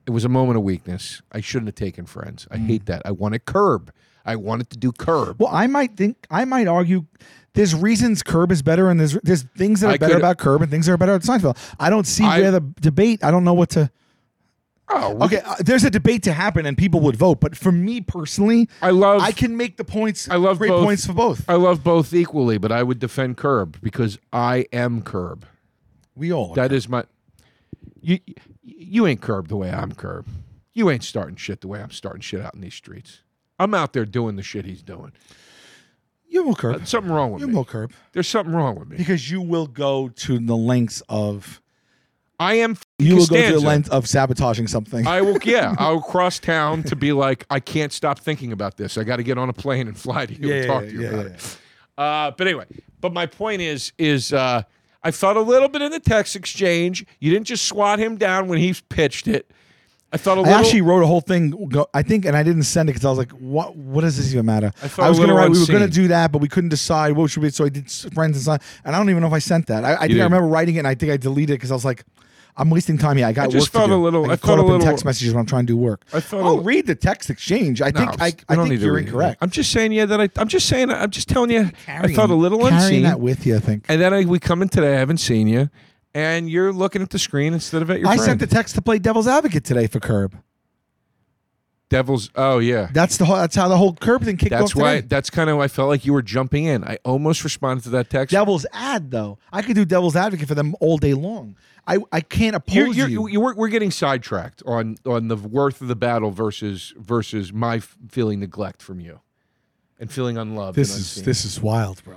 Speaker 2: It was a moment of weakness. I shouldn't have taken Friends.
Speaker 3: Hmm.
Speaker 2: I hate that. I wanted Curb. I wanted to do Curb.
Speaker 3: well, I might think I might argue there's reasons Curb is better and there's there's things that are
Speaker 2: I
Speaker 3: better
Speaker 2: could-
Speaker 3: about Curb and things that are better about Seinfeld. I don't see
Speaker 2: I-
Speaker 3: where the debate. I don't know what to.
Speaker 2: oh, we-
Speaker 3: Okay, uh, there's a debate to happen and people would vote, but for me personally,
Speaker 2: I love-
Speaker 3: I can make the points.
Speaker 2: I love
Speaker 3: great
Speaker 2: both.
Speaker 3: points for both.
Speaker 2: I love both equally, but I would defend Curb because I am Curb.
Speaker 3: we all.
Speaker 2: That is my. You you ain't curb the way I'm curb. You ain't starting shit the way I'm starting shit out in these streets. I'm out there doing the shit he's doing.
Speaker 3: you will curb.
Speaker 2: There's something wrong with
Speaker 3: you
Speaker 2: me.
Speaker 3: will curb
Speaker 2: There's something wrong with me.
Speaker 3: because you will go to the lengths of
Speaker 2: I am. f-
Speaker 3: you will go to the
Speaker 2: Costanza.
Speaker 3: length of sabotaging something.
Speaker 2: I will. Yeah, I will cross town to be like, I can't stop thinking about this. I got to get on a plane and fly to you and talk to you about it. Uh, but anyway, but my point is, is uh, I felt a little bit in the text exchange. You didn't just swat him down when he pitched it. I felt a
Speaker 3: I
Speaker 2: little.
Speaker 3: actually wrote a whole thing. go- I think, and I didn't send it because I was like, "What? What does this even matter?"
Speaker 2: I felt a
Speaker 3: was gonna
Speaker 2: little
Speaker 3: write. We were gonna
Speaker 2: unseen.
Speaker 3: do that, but we couldn't decide what should we. So I did s- friends and son, and I don't even know if I sent that. I, I think I
Speaker 2: did.
Speaker 3: remember writing it, and I think I deleted it because I was like, "I'm wasting time here. I got
Speaker 2: I just
Speaker 3: work to
Speaker 2: felt a
Speaker 3: do."
Speaker 2: little-
Speaker 3: I,
Speaker 2: I
Speaker 3: got
Speaker 2: felt
Speaker 3: caught
Speaker 2: a
Speaker 3: up in
Speaker 2: little-
Speaker 3: text messages when I'm trying to do work.
Speaker 2: I felt a
Speaker 3: I'll
Speaker 2: little-
Speaker 3: read the text exchange. I think I, I, think you're incorrect.
Speaker 2: I'm just saying, yeah, that I, I'm just saying, I'm just telling you, I felt a little
Speaker 3: carrying
Speaker 2: unseen.
Speaker 3: that with you. I think
Speaker 2: and then I, we come in today, I haven't seen you, and you're looking at the screen instead of at your
Speaker 3: I
Speaker 2: friend.
Speaker 3: sent the text to play devil's advocate today for Curb.
Speaker 2: Devils. Oh yeah,
Speaker 3: That's the whole, that's how the whole Curb thing kicked
Speaker 2: that's
Speaker 3: off.
Speaker 2: why.
Speaker 3: today.
Speaker 2: That's kind of I felt like you were jumping in. I almost responded to that text.
Speaker 3: devil's ad though. I could do devil's advocate for them all day long. I, I can't
Speaker 2: You're,
Speaker 3: oppose
Speaker 2: you're,
Speaker 3: you.
Speaker 2: you we're, we're getting sidetracked on on the worth of the battle versus versus my f- feeling neglect from you, and feeling unloved.
Speaker 3: This
Speaker 2: and
Speaker 3: is
Speaker 2: unseen.
Speaker 3: this is wild, bro.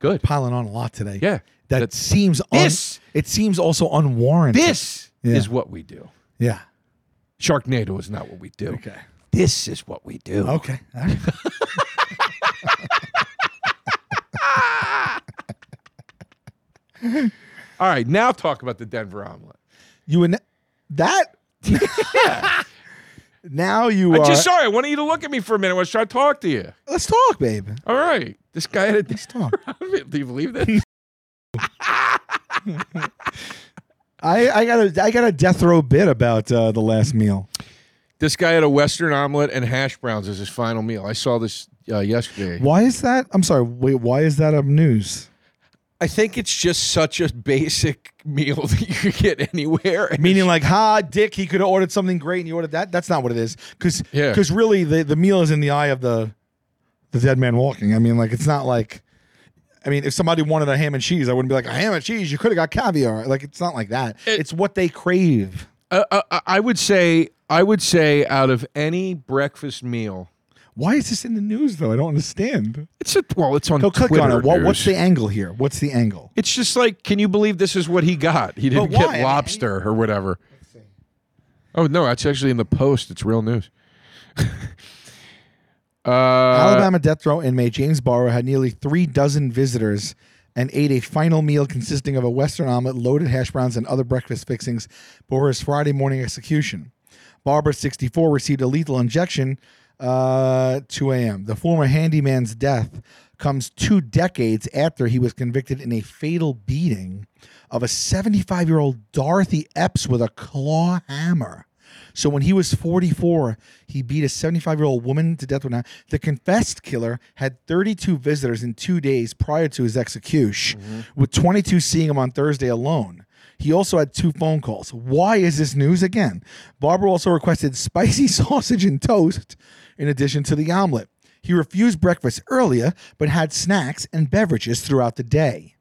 Speaker 2: good.
Speaker 3: Piling on a lot today.
Speaker 2: Yeah.
Speaker 3: that
Speaker 2: That's-
Speaker 3: seems un-
Speaker 2: This-
Speaker 3: It seems also unwarranted.
Speaker 2: This
Speaker 3: Yeah.
Speaker 2: is what we do.
Speaker 3: Yeah.
Speaker 2: Sharknado is not what we do.
Speaker 3: Okay.
Speaker 2: This is what we do.
Speaker 3: Okay. All right.
Speaker 2: All right, now talk about the Denver omelet.
Speaker 3: you and that. now you
Speaker 2: I
Speaker 3: are.
Speaker 2: just sorry. I wanted you to look at me for a minute. I was trying to talk to you.
Speaker 3: Let's talk, babe.
Speaker 2: All right. This guy had a
Speaker 3: Let's talk.
Speaker 2: Do you believe this?
Speaker 3: I, I got a I got a death row bit about uh, the last meal.
Speaker 2: this guy had a Western omelet and hash browns as his final meal. I saw this uh, yesterday.
Speaker 3: Why is that? I'm sorry. Wait, why is that up news?
Speaker 2: I think it's just such a basic meal that you could get anywhere.
Speaker 3: Meaning, like, ha, Dick, he could have ordered something great, and you ordered that. That's not what it is, because
Speaker 2: Yeah.
Speaker 3: really, the, the meal is in the eye of the the dead man walking. I mean, like, it's not like, I mean, if somebody wanted a ham and cheese, I wouldn't be like a ham and cheese. You could have got caviar. Like, it's not like that.
Speaker 2: It-
Speaker 3: it's what they crave.
Speaker 2: Uh, uh, uh, I would say, I would say, out of any breakfast meal,
Speaker 3: Why is this in the news though? I don't understand.
Speaker 2: it's a well, it's on
Speaker 3: Go click
Speaker 2: Twitter.
Speaker 3: on it. What,
Speaker 2: news.
Speaker 3: what's the angle here? What's the angle?
Speaker 2: It's just like, can you believe this is what he got? He didn't
Speaker 3: But why? I
Speaker 2: get
Speaker 3: mean,
Speaker 2: lobster or whatever. Oh no, that's actually in the post. It's real news. uh,
Speaker 3: Alabama death row inmate James Barrow had nearly three dozen visitors and ate a final meal consisting of a Western omelet, loaded hash browns, and other breakfast fixings before his Friday morning execution. Barber, 64, received a lethal injection uh 2 a.m. The former handyman's death comes two decades after he was convicted in a fatal beating of a 75 year old Dorothy Epps with a claw hammer. So when he was 44, he beat a 75 year old woman to death with a The confessed killer had 32 visitors in two days prior to his execution, with 22 seeing him on Thursday alone. He also had two phone calls. Why is this news again? Barbara also requested spicy sausage and toast in addition to the omelet. He refused breakfast earlier, but had snacks and beverages throughout the day.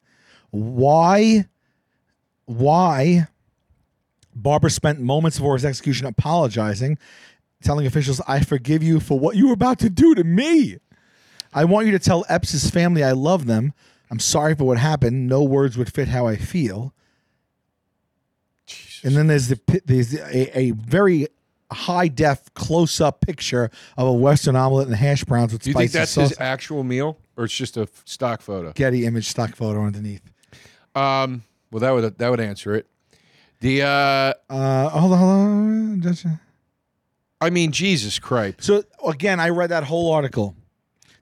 Speaker 3: Why? Why? Barber spent moments before his execution apologizing, telling officials, I forgive you for what you were about to do to me. I want you to tell Epps' family I love them. I'm sorry for what happened. No words would fit how I feel. And then there's the pi- there's a, a very high def close up picture of a Western omelet and hash browns with
Speaker 2: do you
Speaker 3: spicy
Speaker 2: think that's
Speaker 3: sauce.
Speaker 2: his actual meal, or it's just a f- stock photo?
Speaker 3: Getty image stock photo underneath.
Speaker 2: Um, well, that would that would answer it. The uh,
Speaker 3: Uh, hold on, hold on. Just-
Speaker 2: I mean, Jesus Christ.
Speaker 3: So again, I read that whole article.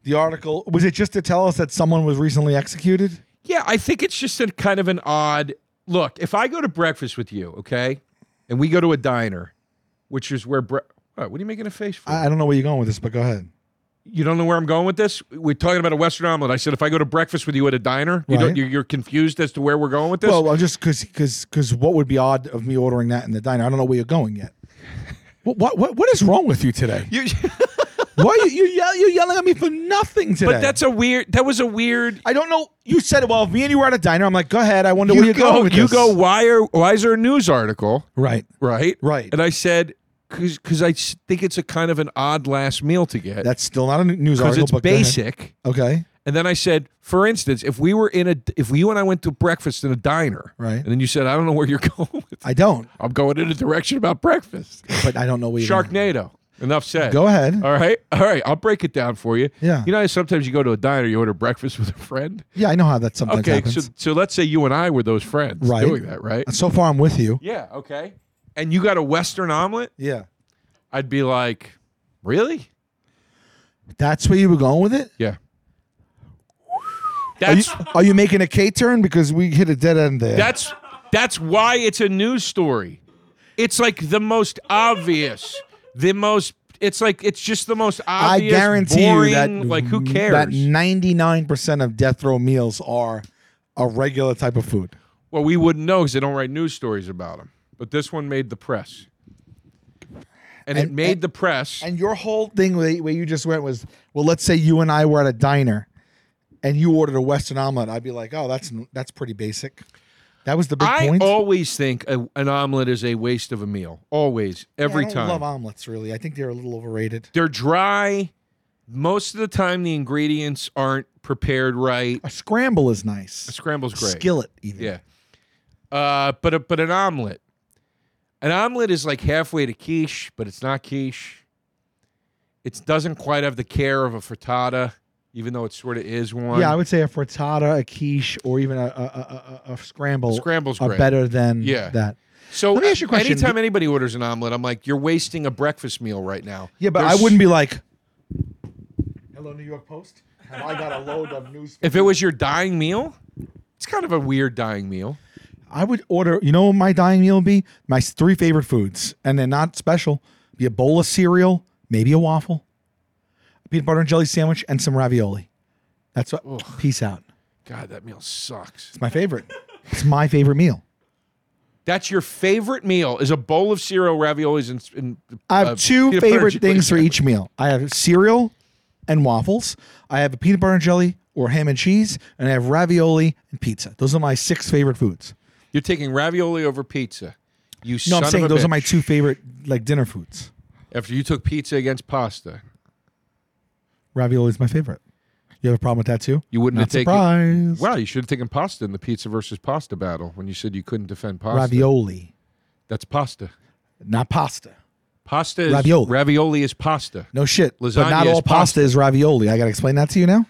Speaker 3: The article was it just to tell us that someone was recently executed?
Speaker 2: Yeah, I think it's just a kind of an odd look. If I go to breakfast with you, okay, and we go to a diner, which is where bre- what, what are you making a face for?
Speaker 3: I, I don't know where you're going with this, but go ahead.
Speaker 2: you don't know where I'm going with this. We're talking about a Western omelet. I said if I go to breakfast with you at a diner, you
Speaker 3: Right.
Speaker 2: don't, you're, you're confused as to where we're going with this.
Speaker 3: well, I'm just because because because what would be odd of me ordering that in the diner? I don't know where you're going yet. What what what, what is wrong with you today?
Speaker 2: You-
Speaker 3: Why are you you yell, you're yelling at me for nothing today?
Speaker 2: but that's a weird. That was a weird.
Speaker 3: I don't know. You said well, if me and you were at a diner, I'm like, go ahead. I wonder where
Speaker 2: You
Speaker 3: you're going
Speaker 2: go.
Speaker 3: with
Speaker 2: You
Speaker 3: this.
Speaker 2: go. Why are? Why is there a news article?
Speaker 3: right.
Speaker 2: Right.
Speaker 3: Right.
Speaker 2: And I said because I s- think it's a kind of an odd last meal to get
Speaker 3: That's still not a n- news
Speaker 2: because
Speaker 3: article,
Speaker 2: it's
Speaker 3: but go ahead.
Speaker 2: basic.
Speaker 3: Okay.
Speaker 2: And then I said, for instance, if we were in a, if you and I went to breakfast in a diner,
Speaker 3: Right.
Speaker 2: And then you said, I don't know where you're going. With it.
Speaker 3: I don't,
Speaker 2: I'm going in a direction about breakfast.
Speaker 3: but I don't know where you're going.
Speaker 2: Sharknado. Enough said.
Speaker 3: Go ahead.
Speaker 2: All right, all right. I'll break it down for you.
Speaker 3: Yeah.
Speaker 2: You know, how sometimes you go to a diner, you order breakfast with a friend.
Speaker 3: Yeah, I know how that sometimes
Speaker 2: Okay.
Speaker 3: happens.
Speaker 2: So, so let's say you and I were those friends
Speaker 3: Right.
Speaker 2: doing that, right?
Speaker 3: so far, I'm with you.
Speaker 2: Yeah. Okay. And you got a Western omelet.
Speaker 3: Yeah.
Speaker 2: I'd be like, really?
Speaker 3: That's where you were going with it?
Speaker 2: Yeah.
Speaker 3: Are you,
Speaker 2: That's
Speaker 3: are you making a K turn? Because we hit a dead end there.
Speaker 2: That's that's why it's a news story. It's like the most obvious, the most. It's like it's just the most
Speaker 3: I
Speaker 2: obvious.
Speaker 3: guarantee
Speaker 2: boring,
Speaker 3: you that
Speaker 2: like who cares?
Speaker 3: That 99% of death row meals are a regular type of food.
Speaker 2: well, we wouldn't know because they don't write news stories about them. But this one made the press, and, it
Speaker 3: And-
Speaker 2: made
Speaker 3: and-
Speaker 2: the press.
Speaker 3: And your whole thing where where you just went was, well, let's say you and I were at a diner and you ordered a western omelet, I'd be like, "Oh, that's that's pretty basic." That was the big
Speaker 2: I
Speaker 3: point.
Speaker 2: always think a, an omelet is a waste of a meal. Always, every
Speaker 3: I don't
Speaker 2: time.
Speaker 3: love omelets really. I think they're a little overrated.
Speaker 2: They're dry. Most of the time, the ingredients aren't prepared right.
Speaker 3: A scramble is nice.
Speaker 2: A scramble's great.
Speaker 3: Skillet even.
Speaker 2: Yeah. Uh, but a, but an omelet, an omelet is like halfway to quiche, but it's not quiche. It doesn't quite have the care of a frittata, even though it sort of is one.
Speaker 3: Yeah, I would say a frittata, a quiche, or even a a, a, a, a scramble.
Speaker 2: Scramble's
Speaker 3: are
Speaker 2: great.
Speaker 3: better than
Speaker 2: Yeah.
Speaker 3: that.
Speaker 2: so uh,
Speaker 3: Let me ask you a question.
Speaker 2: anytime anybody orders an omelet, I'm like, you're wasting a breakfast meal right now.
Speaker 3: Yeah, but
Speaker 2: There's-
Speaker 3: I wouldn't be like. Hello, New York Post. Have I got a load of news?
Speaker 2: If it was your dying meal, it's kind of a weird dying meal.
Speaker 3: I would order. You know, what my dying meal would be my s- three favorite foods, and they're not special. Be a bowl of cereal, maybe a waffle, a peanut butter and jelly sandwich, and some ravioli. That's what. Peace out.
Speaker 2: God, that meal sucks.
Speaker 3: It's my favorite. it's my favorite meal.
Speaker 2: That's your favorite meal is a bowl of cereal, raviolis, and, and
Speaker 3: I have
Speaker 2: uh,
Speaker 3: two
Speaker 2: peanut butter
Speaker 3: favorite
Speaker 2: jelly
Speaker 3: things for
Speaker 2: sandwich.
Speaker 3: each meal. I have cereal and waffles. I have a peanut butter and jelly or ham and cheese, and I have ravioli and pizza. Those are my six favorite foods.
Speaker 2: You're taking ravioli over pizza. You
Speaker 3: No,
Speaker 2: son
Speaker 3: I'm saying
Speaker 2: of a
Speaker 3: those are my
Speaker 2: bitch.
Speaker 3: two favorite like dinner foods.
Speaker 2: After you took pizza against pasta,
Speaker 3: Ravioli is my favorite. You have a problem with that too?
Speaker 2: you wouldn't have
Speaker 3: Not
Speaker 2: taken.
Speaker 3: surprised.
Speaker 2: Wow, you should have taken pasta in the pizza versus pasta battle when you said you couldn't defend pasta.
Speaker 3: Ravioli,
Speaker 2: That's pasta.
Speaker 3: not pasta.
Speaker 2: Pasta is
Speaker 3: Ravioli.
Speaker 2: Ravioli is pasta.
Speaker 3: No shit. but
Speaker 2: Lasagna
Speaker 3: not
Speaker 2: is
Speaker 3: all pasta
Speaker 2: pasta.
Speaker 3: is ravioli. I got to explain that to you now.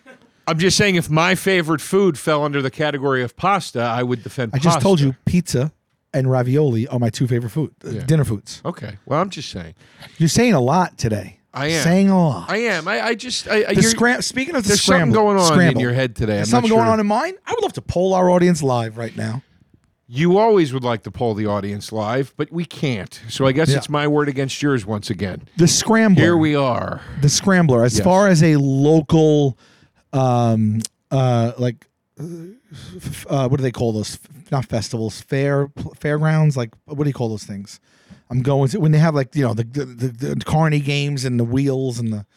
Speaker 2: I'm just saying, if my favorite food fell under the category of pasta, I would defend.
Speaker 3: I just
Speaker 2: pasta.
Speaker 3: told you pizza and ravioli are my two favorite food uh,
Speaker 2: Yeah.
Speaker 3: dinner foods.
Speaker 2: Okay. Well, I'm just saying.
Speaker 3: You're saying a lot today.
Speaker 2: I am.
Speaker 3: saying a lot.
Speaker 2: I am. I, I just. I, I,
Speaker 3: The
Speaker 2: you're-
Speaker 3: scram- speaking of the
Speaker 2: there's something
Speaker 3: scramble-
Speaker 2: going on in
Speaker 3: scramble.
Speaker 2: your head today. I'm
Speaker 3: There's something
Speaker 2: not
Speaker 3: going
Speaker 2: sure.
Speaker 3: on in mine. I would love to poll our audience live right now.
Speaker 2: You always would like to poll the audience live, but we can't. So I guess
Speaker 3: Yeah.
Speaker 2: it's my word against yours once again.
Speaker 3: The scrambler.
Speaker 2: Here we are.
Speaker 3: the scrambler. As
Speaker 2: Yes.
Speaker 3: far as a local, um, uh, like, uh, f- uh, what do they call those? F- Not festivals, fair, pl- fairgrounds. Like, what do you call those things? I'm going to when they have like you know the the, the, the carny games and the wheels and the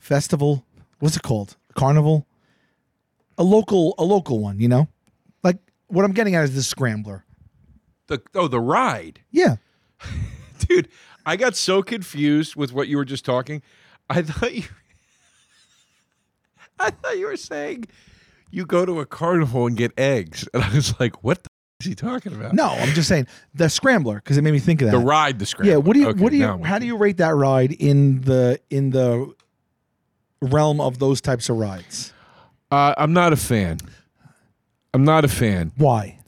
Speaker 3: festival. What's it called? Carnival. A local, a local one. You know, like what I'm getting at is the scrambler.
Speaker 2: The oh, the ride.
Speaker 3: Yeah.
Speaker 2: dude i got so confused with what you were just talking i thought you i thought you were saying you go to a carnival and get eggs and i was like what the f- is he talking about
Speaker 3: No, I'm just saying the scrambler because it made me think of that.
Speaker 2: the ride the scramble
Speaker 3: Yeah, what do you
Speaker 2: Okay,
Speaker 3: what do you
Speaker 2: now I'm with
Speaker 3: how do you rate that ride in the in the realm of those types of rides?
Speaker 2: uh, i'm not a fan i'm not a fan
Speaker 3: Why?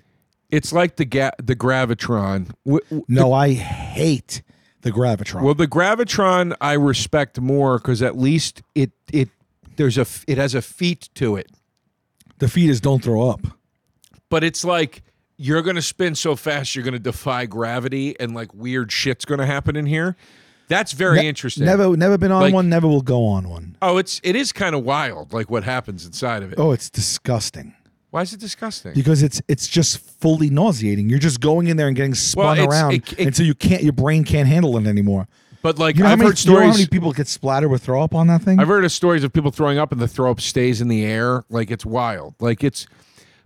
Speaker 2: it's like the ga- the gravitron W- w-
Speaker 3: No, I hate the Gravitron.
Speaker 2: Well, the gravitron I respect more because at least it it there's a f- it has a feat to it.
Speaker 3: the feet is don't throw up.
Speaker 2: but it's like you're gonna spin so fast you're gonna defy gravity and like weird shit's gonna happen in here that's very
Speaker 3: Ne-
Speaker 2: interesting
Speaker 3: Never never been on
Speaker 2: Like-
Speaker 3: one, never will go on one.
Speaker 2: oh it's it is kind of wild like what happens inside of it
Speaker 3: Oh, it's disgusting.
Speaker 2: why is it disgusting
Speaker 3: Because it's it's just fully nauseating. You're just going in there and getting spun
Speaker 2: it's-
Speaker 3: around
Speaker 2: it- it-
Speaker 3: until you can't your brain can't handle it anymore.
Speaker 2: but like
Speaker 3: You know, how
Speaker 2: i've
Speaker 3: many,
Speaker 2: heard
Speaker 3: you know how
Speaker 2: stories
Speaker 3: many people get splattered with throw up on that thing?
Speaker 2: I've heard of stories of people throwing up and the throw up stays in the air. Like it's wild. Like it's,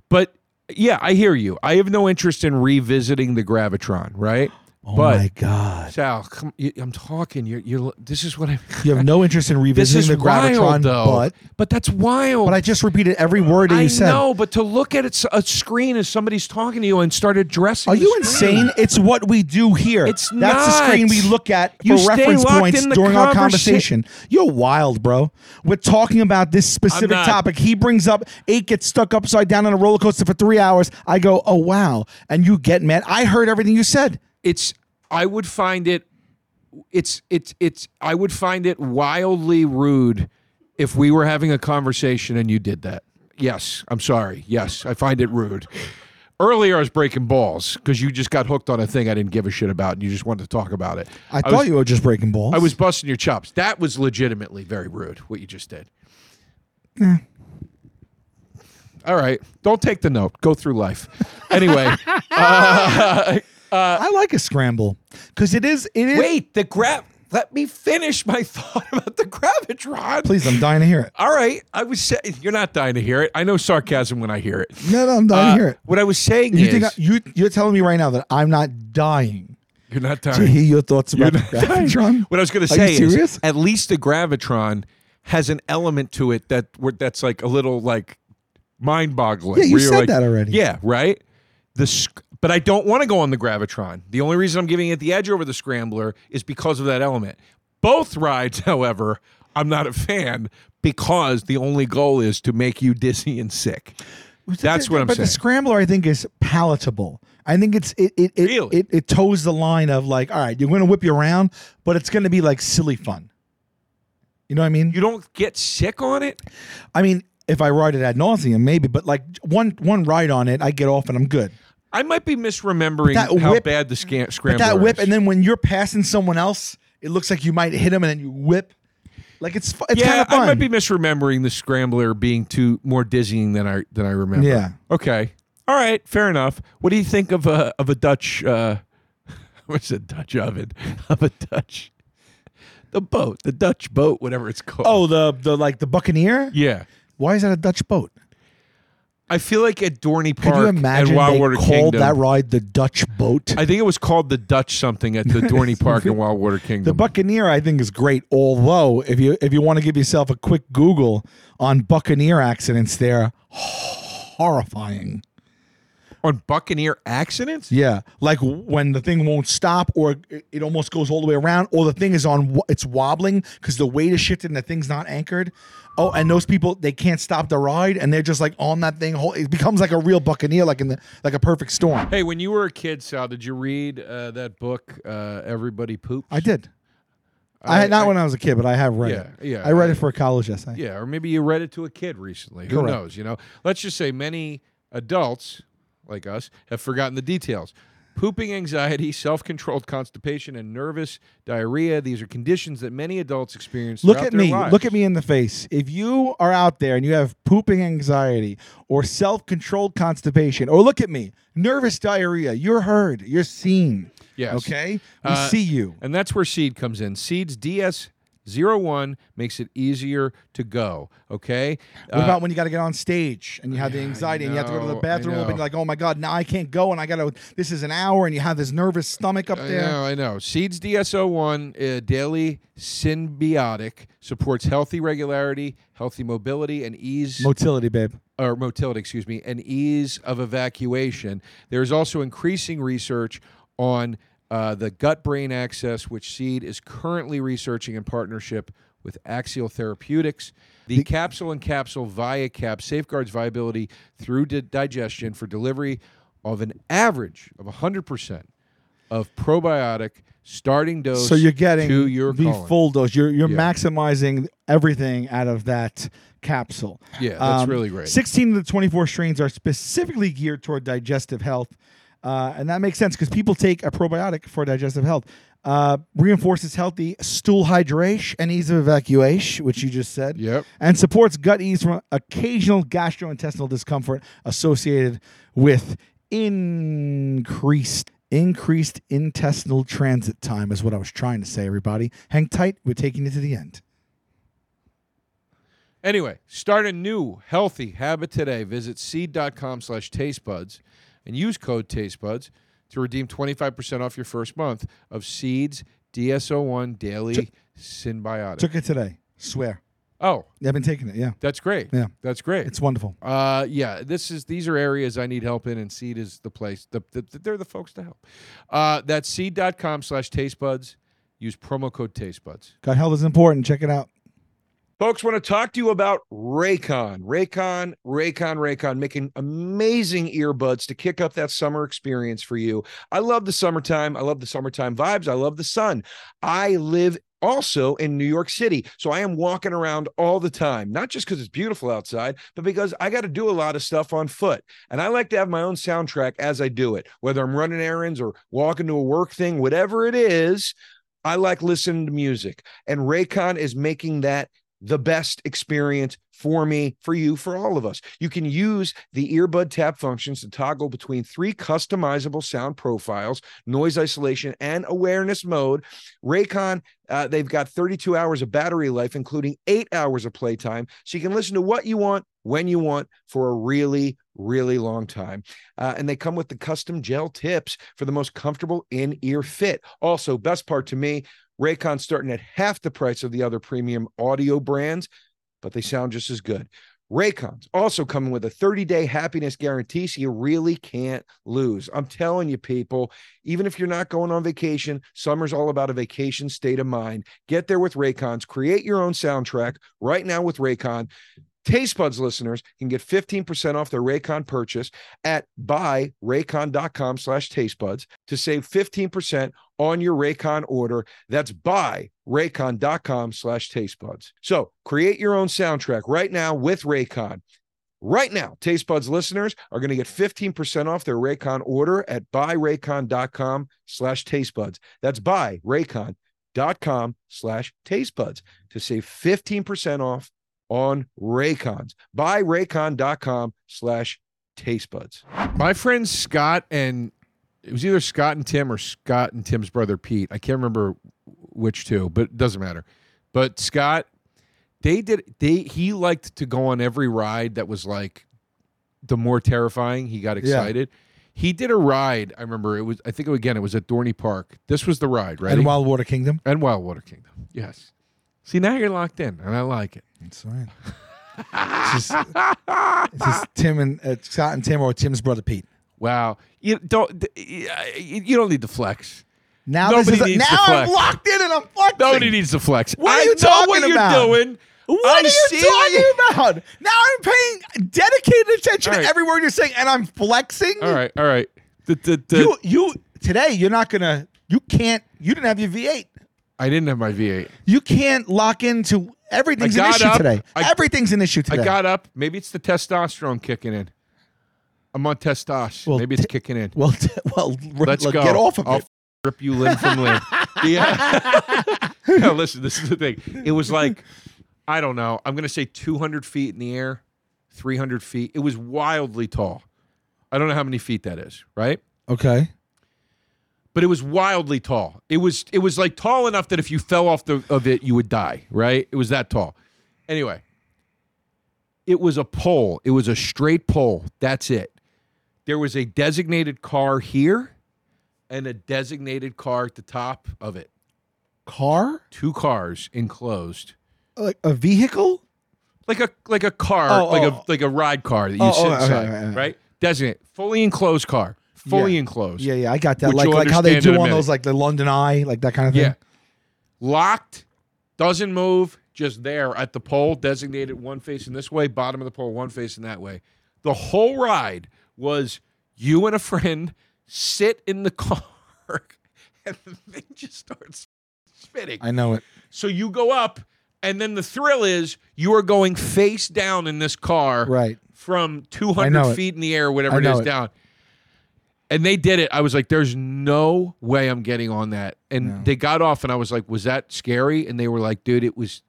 Speaker 2: but yeah, I hear you. I have no interest in revisiting the Gravitron, right?
Speaker 3: oh
Speaker 2: but
Speaker 3: my god.
Speaker 2: Sal, come, you, I'm talking. You're, you're, this is what I'm.
Speaker 3: You have no interest in
Speaker 2: This is
Speaker 3: revisiting the Gravitron,
Speaker 2: wild, though.
Speaker 3: but
Speaker 2: that's wild.
Speaker 3: But I just repeated every word that
Speaker 2: I
Speaker 3: you said.
Speaker 2: know, but to look at it, a screen as somebody's talking to you and start addressing.
Speaker 3: Are
Speaker 2: the
Speaker 3: you
Speaker 2: screen.
Speaker 3: insane? It's what we do here.
Speaker 2: It's
Speaker 3: That's the screen
Speaker 2: not.
Speaker 3: we look at
Speaker 2: You
Speaker 3: for
Speaker 2: stay
Speaker 3: reference
Speaker 2: locked
Speaker 3: points
Speaker 2: in the
Speaker 3: during our
Speaker 2: conversa-
Speaker 3: conversation. You're wild, bro. We're talking about this specific
Speaker 2: not.
Speaker 3: topic. He brings up eight gets stuck upside down on a roller coaster for three hours. I go, oh wow, and you get mad. I heard everything you said.
Speaker 2: It's. I would find it. It's. It's. It's. I would find it wildly rude if we were having a conversation and you did that. Yes, I'm sorry. Yes, I find it rude. Earlier, I was breaking balls because you just got hooked on a thing I didn't give a shit about, and you just wanted to talk about it.
Speaker 3: I,
Speaker 2: was-
Speaker 3: thought you were just breaking balls.
Speaker 2: I was busting your chops. That was legitimately very rude what you just did. All right, don't take the note. Go through life. Anyway,
Speaker 3: I like a scramble because it is. It is.
Speaker 2: uh, wait. The grab. Let me finish my thought about the gravitron.
Speaker 3: Please, I'm dying to hear it.
Speaker 2: All right, I was. Say- You're not dying to hear it. I know sarcasm when I hear it.
Speaker 3: No, no, I'm dying
Speaker 2: Uh,
Speaker 3: to hear it.
Speaker 2: What I was saying
Speaker 3: You
Speaker 2: is,
Speaker 3: think I, you you're telling me right now that I'm not dying
Speaker 2: you're not
Speaker 3: to
Speaker 2: dying.
Speaker 3: hear your thoughts
Speaker 2: You're
Speaker 3: about the
Speaker 2: not dying.
Speaker 3: Gravitron?
Speaker 2: What I was going to
Speaker 3: Are you
Speaker 2: say
Speaker 3: serious?
Speaker 2: is, at least the gravitron has an element to it that where- that's like a little like mind-boggling.
Speaker 3: Yeah, you
Speaker 2: where you're
Speaker 3: said
Speaker 2: like,
Speaker 3: that already.
Speaker 2: Yeah, right. The sc- but I don't want to go on the gravitron. The only reason I'm giving it the edge over the scrambler is because of that element. Both rides, however, I'm not a fan because the only goal is to make you dizzy and sick. That's
Speaker 3: the-
Speaker 2: what I'm
Speaker 3: but
Speaker 2: saying.
Speaker 3: the scrambler, I think, is palatable. I think it's it it it,
Speaker 2: Really?
Speaker 3: it it toes the line of like, all right, you're going to whip you around, but it's going to be like silly fun. You know what I mean?
Speaker 2: You don't get sick on it.
Speaker 3: I mean, if I ride it ad nauseum, maybe, but like one one ride on it, I get off and I'm good.
Speaker 2: I might be misremembering
Speaker 3: But that
Speaker 2: how
Speaker 3: whip-
Speaker 2: bad the scan-
Speaker 3: But
Speaker 2: scrambler
Speaker 3: that whip,
Speaker 2: is.
Speaker 3: and then when you're passing someone else, it looks like you might hit them, and then you whip. Like it's fu- it's kind
Speaker 2: yeah,
Speaker 3: of fun.
Speaker 2: I might be misremembering the scrambler being too more dizzying than I than I remember.
Speaker 3: Yeah.
Speaker 2: Okay. All right. Fair enough. What do you think of a of a Dutch? Uh, what's a Dutch oven? Of a Dutch, the boat, the Dutch boat, whatever it's called.
Speaker 3: oh, the the like the Buccaneer.
Speaker 2: yeah.
Speaker 3: Why is that a Dutch boat?
Speaker 2: I feel like at Dorney
Speaker 3: Could
Speaker 2: Park
Speaker 3: you imagine
Speaker 2: and Wild
Speaker 3: they
Speaker 2: Water
Speaker 3: called
Speaker 2: Kingdom,
Speaker 3: that ride the Dutch boat?
Speaker 2: I think it was called the Dutch something at the Dorney Park and Wild Water Kingdom.
Speaker 3: the Buccaneer, I think, is great. Although, if you if you want to give yourself a quick Google on Buccaneer accidents, they're horrifying.
Speaker 2: on Buccaneer accidents.
Speaker 3: Yeah, like when the thing won't stop, or it- it almost goes all the way around, or the thing is on wo- it's wobbling because the weight is shifted and the thing's not anchored. Oh, and those people they can't stop the ride, and they're just like on that thing. whole- It becomes like a real Buccaneer, like in the like a perfect storm.
Speaker 2: Hey, when you were a kid, Sal, did you read uh, that book, uh, Everybody Poops?
Speaker 3: I did. I, had not when I was a kid, but I have read
Speaker 2: Yeah,
Speaker 3: it.
Speaker 2: yeah,
Speaker 3: I read
Speaker 2: I-
Speaker 3: it for a college essay.
Speaker 2: Yeah, or maybe you read it to a kid recently. Who
Speaker 3: Correct.
Speaker 2: knows? You know, let's just say many adults like us have forgotten the details. Pooping anxiety, self controlled constipation, and nervous diarrhea. These are conditions that many adults experience.
Speaker 3: Look
Speaker 2: throughout
Speaker 3: at
Speaker 2: their
Speaker 3: me.
Speaker 2: lives.
Speaker 3: Look at me in the face. If you are out there and you have pooping anxiety or self controlled constipation, or look at me, nervous diarrhea, you're heard, you're seen.
Speaker 2: Yes.
Speaker 3: Okay? We
Speaker 2: Uh,
Speaker 3: see you.
Speaker 2: And that's where Seed comes in. Seed's DS01 makes it easier to go. Okay. Uh,
Speaker 3: What about when you got to get on stage and you have the anxiety and you have to go to
Speaker 2: know,
Speaker 3: the
Speaker 2: I
Speaker 3: bathroom a little bit?
Speaker 2: know.
Speaker 3: You're like, oh my God, now I can't go and I got to, this is an hour and you have this nervous stomach up there.
Speaker 2: I know, I know. Seeds DSO1 uh, daily symbiotic supports healthy regularity, healthy mobility, and ease
Speaker 3: Motility, babe.
Speaker 2: or motility, excuse me, and ease of evacuation. There is also increasing research on uh, the gut brain access, which Seed is currently researching in partnership with Axial Therapeutics. The, capsule and capsule via cap safeguards viability through di- digestion for delivery of an average of 100% of probiotic starting dose
Speaker 3: So you're getting
Speaker 2: to your
Speaker 3: the
Speaker 2: colon.
Speaker 3: full dose. You're you're
Speaker 2: Yeah.
Speaker 3: maximizing everything out of that capsule. Um,
Speaker 2: Yeah, that's really great.
Speaker 3: 16 of the 24 strains are specifically geared toward digestive health. Uh, and that makes sense because people take a probiotic for digestive health. Uh, reinforces healthy stool hydration and ease of evacuation, which you just said.
Speaker 2: Yep.
Speaker 3: And supports gut ease from occasional gastrointestinal discomfort associated with increased increased intestinal transit time is what I was trying to say, everybody. Hang tight, we're taking it to the end.
Speaker 2: Anyway, start a new healthy habit today. Visit seed.com slash tastebuds and use code tastebuds to redeem 25% off your first month of Seed's DSO1 Daily Symbiotic.
Speaker 3: Took it today. Swear.
Speaker 2: oh,
Speaker 3: I've been taking it, yeah.
Speaker 2: that's great.
Speaker 3: Yeah.
Speaker 2: That's great.
Speaker 3: It's wonderful.
Speaker 2: uh, yeah, this is these are areas I need help in, and Seed is the place. The, the, they're the folks to help. Uh, that's seed.com slash tastebuds. Use promo code tastebuds.
Speaker 3: God, health is important. Check it out.
Speaker 2: Folks, want to talk to you about Raycon. Raycon, Raycon, Raycon, making amazing earbuds to kick up that summer experience for you. I love the summertime. I love the summertime vibes. I love the sun. I live also in New York City. So I am walking around all the time, not just because it's beautiful outside, but because I got to do a lot of stuff on foot. And I like to have my own soundtrack as I do it, whether I'm running errands or walking to a work thing, whatever it is. I like listening to music, and Raycon is making that the best experience for me, for you, for all of us. You can use the earbud tap functions to toggle between three customizable sound profiles, noise isolation, and awareness mode. Raycon, uh, they've got 32 hours of battery life, including eight hours of playtime. So you can listen to what you want when you want for a really, really long time. Uh, and they come with the custom gel tips for the most comfortable in ear fit. Also, best part to me, Raycon's starting at half the price of the other premium audio brands, but they sound just as good. Raycon's also coming with a 30 day happiness guarantee, so you really can't lose. I'm telling you, people, even if you're not going on vacation, summer's all about a vacation state of mind. Get there with Raycons, create your own soundtrack right now with Raycon. Taste Buds listeners can get 15% off their Raycon purchase at buyraycon.com slash tastebuds to save 15% on your Raycon order. That's buyraycon.com slash tastebuds. So create your own soundtrack right now with Raycon. Right now, Taste Buds listeners are going to get 15% off their Raycon order at buyraycon.com slash tastebuds. That's buyraycon.com slash tastebuds to save 15% off on Raycons. Buyraycon.com slash tastebuds. My friends Scott and it was either Scott and Tim or Scott and Tim's brother Pete. I can't remember which two, but it doesn't matter. But Scott they did they he liked to go on every ride that was like the more terrifying he got excited he did a ride i remember it was i think again it was at dorney park this was the ride right
Speaker 3: And Wild Water Kingdom.
Speaker 2: and wild water kingdom yes see now you're locked in and i like it
Speaker 3: That's right. it's, just, it's just Tim and uh, Scott and Tim or Tim's brother Pete.
Speaker 2: wow you don't th- you you don't need to flex
Speaker 3: Now
Speaker 2: Nobody
Speaker 3: this is a-
Speaker 2: needs to
Speaker 3: now I'm
Speaker 2: flex.
Speaker 3: locked in and I'm flexing.
Speaker 2: nobody needs to flex
Speaker 3: What are
Speaker 2: I
Speaker 3: you
Speaker 2: know what
Speaker 3: talking
Speaker 2: you're
Speaker 3: about?
Speaker 2: doing
Speaker 3: What
Speaker 2: I
Speaker 3: are you
Speaker 2: see
Speaker 3: talking about? Now I'm paying dedicated attention
Speaker 2: All right.
Speaker 3: to every word you're saying, and I'm flexing.
Speaker 2: all right all right the, the, the,
Speaker 3: You you today you're not gonna you can't you didn't have your V8.
Speaker 2: i didn't have my v8
Speaker 3: You can't lock into everything's an
Speaker 2: got
Speaker 3: issue
Speaker 2: up.
Speaker 3: today.
Speaker 2: I-
Speaker 3: everything's an issue today.
Speaker 2: I got up. Maybe it's the testosterone kicking in. I'm on testosterone.
Speaker 3: Well,
Speaker 2: Maybe it's
Speaker 3: t-
Speaker 2: kicking in.
Speaker 3: well t- well r-
Speaker 2: Let's
Speaker 3: l-
Speaker 2: go.
Speaker 3: get off of
Speaker 2: I'll
Speaker 3: it.
Speaker 2: Rip you limb from limb. Yeah. Now, listen, this is the thing. It was like, I don't know. I'm gonna say 200 feet in the air, 300 feet. It was wildly tall. I don't know how many feet that is, right?
Speaker 3: Okay.
Speaker 2: But it was wildly tall. It was it was like tall enough that if you fell off the of it, you would die, right? It was that tall. Anyway, it was a pole. It was a straight pole. That's it. There was a designated car here and a designated car at the top of it.
Speaker 3: Car?
Speaker 2: Two cars enclosed.
Speaker 3: Like a vehicle?
Speaker 2: Like a like a car,
Speaker 3: Oh,
Speaker 2: like
Speaker 3: oh.
Speaker 2: a like a ride car that you
Speaker 3: Oh,
Speaker 2: sit
Speaker 3: oh, okay,
Speaker 2: inside,
Speaker 3: okay, okay.
Speaker 2: right? Designated, fully enclosed car, fully
Speaker 3: Yeah.
Speaker 2: enclosed.
Speaker 3: Yeah, yeah, I got that.
Speaker 2: Which
Speaker 3: Like
Speaker 2: you'll
Speaker 3: like how they
Speaker 2: understand in
Speaker 3: do
Speaker 2: a
Speaker 3: on
Speaker 2: minute.
Speaker 3: those like the London Eye, like that kind of thing.
Speaker 2: Yeah. Locked, doesn't move, just there at the pole, designated one facing this way, bottom of the pole, one facing that way. The whole ride was you and a friend sit in the car and the thing just starts spinning.
Speaker 3: I know it.
Speaker 2: So you go up, and then the thrill is you are going face down in this car
Speaker 3: Right.
Speaker 2: from
Speaker 3: I know
Speaker 2: 200
Speaker 3: it.
Speaker 2: feet in the air, whatever
Speaker 3: I
Speaker 2: it
Speaker 3: know
Speaker 2: is,
Speaker 3: it.
Speaker 2: down. And they did it. I was like, there's no way I'm getting on that. And
Speaker 3: No.
Speaker 2: they got off, and I was like, was that scary? And they were like, dude, it was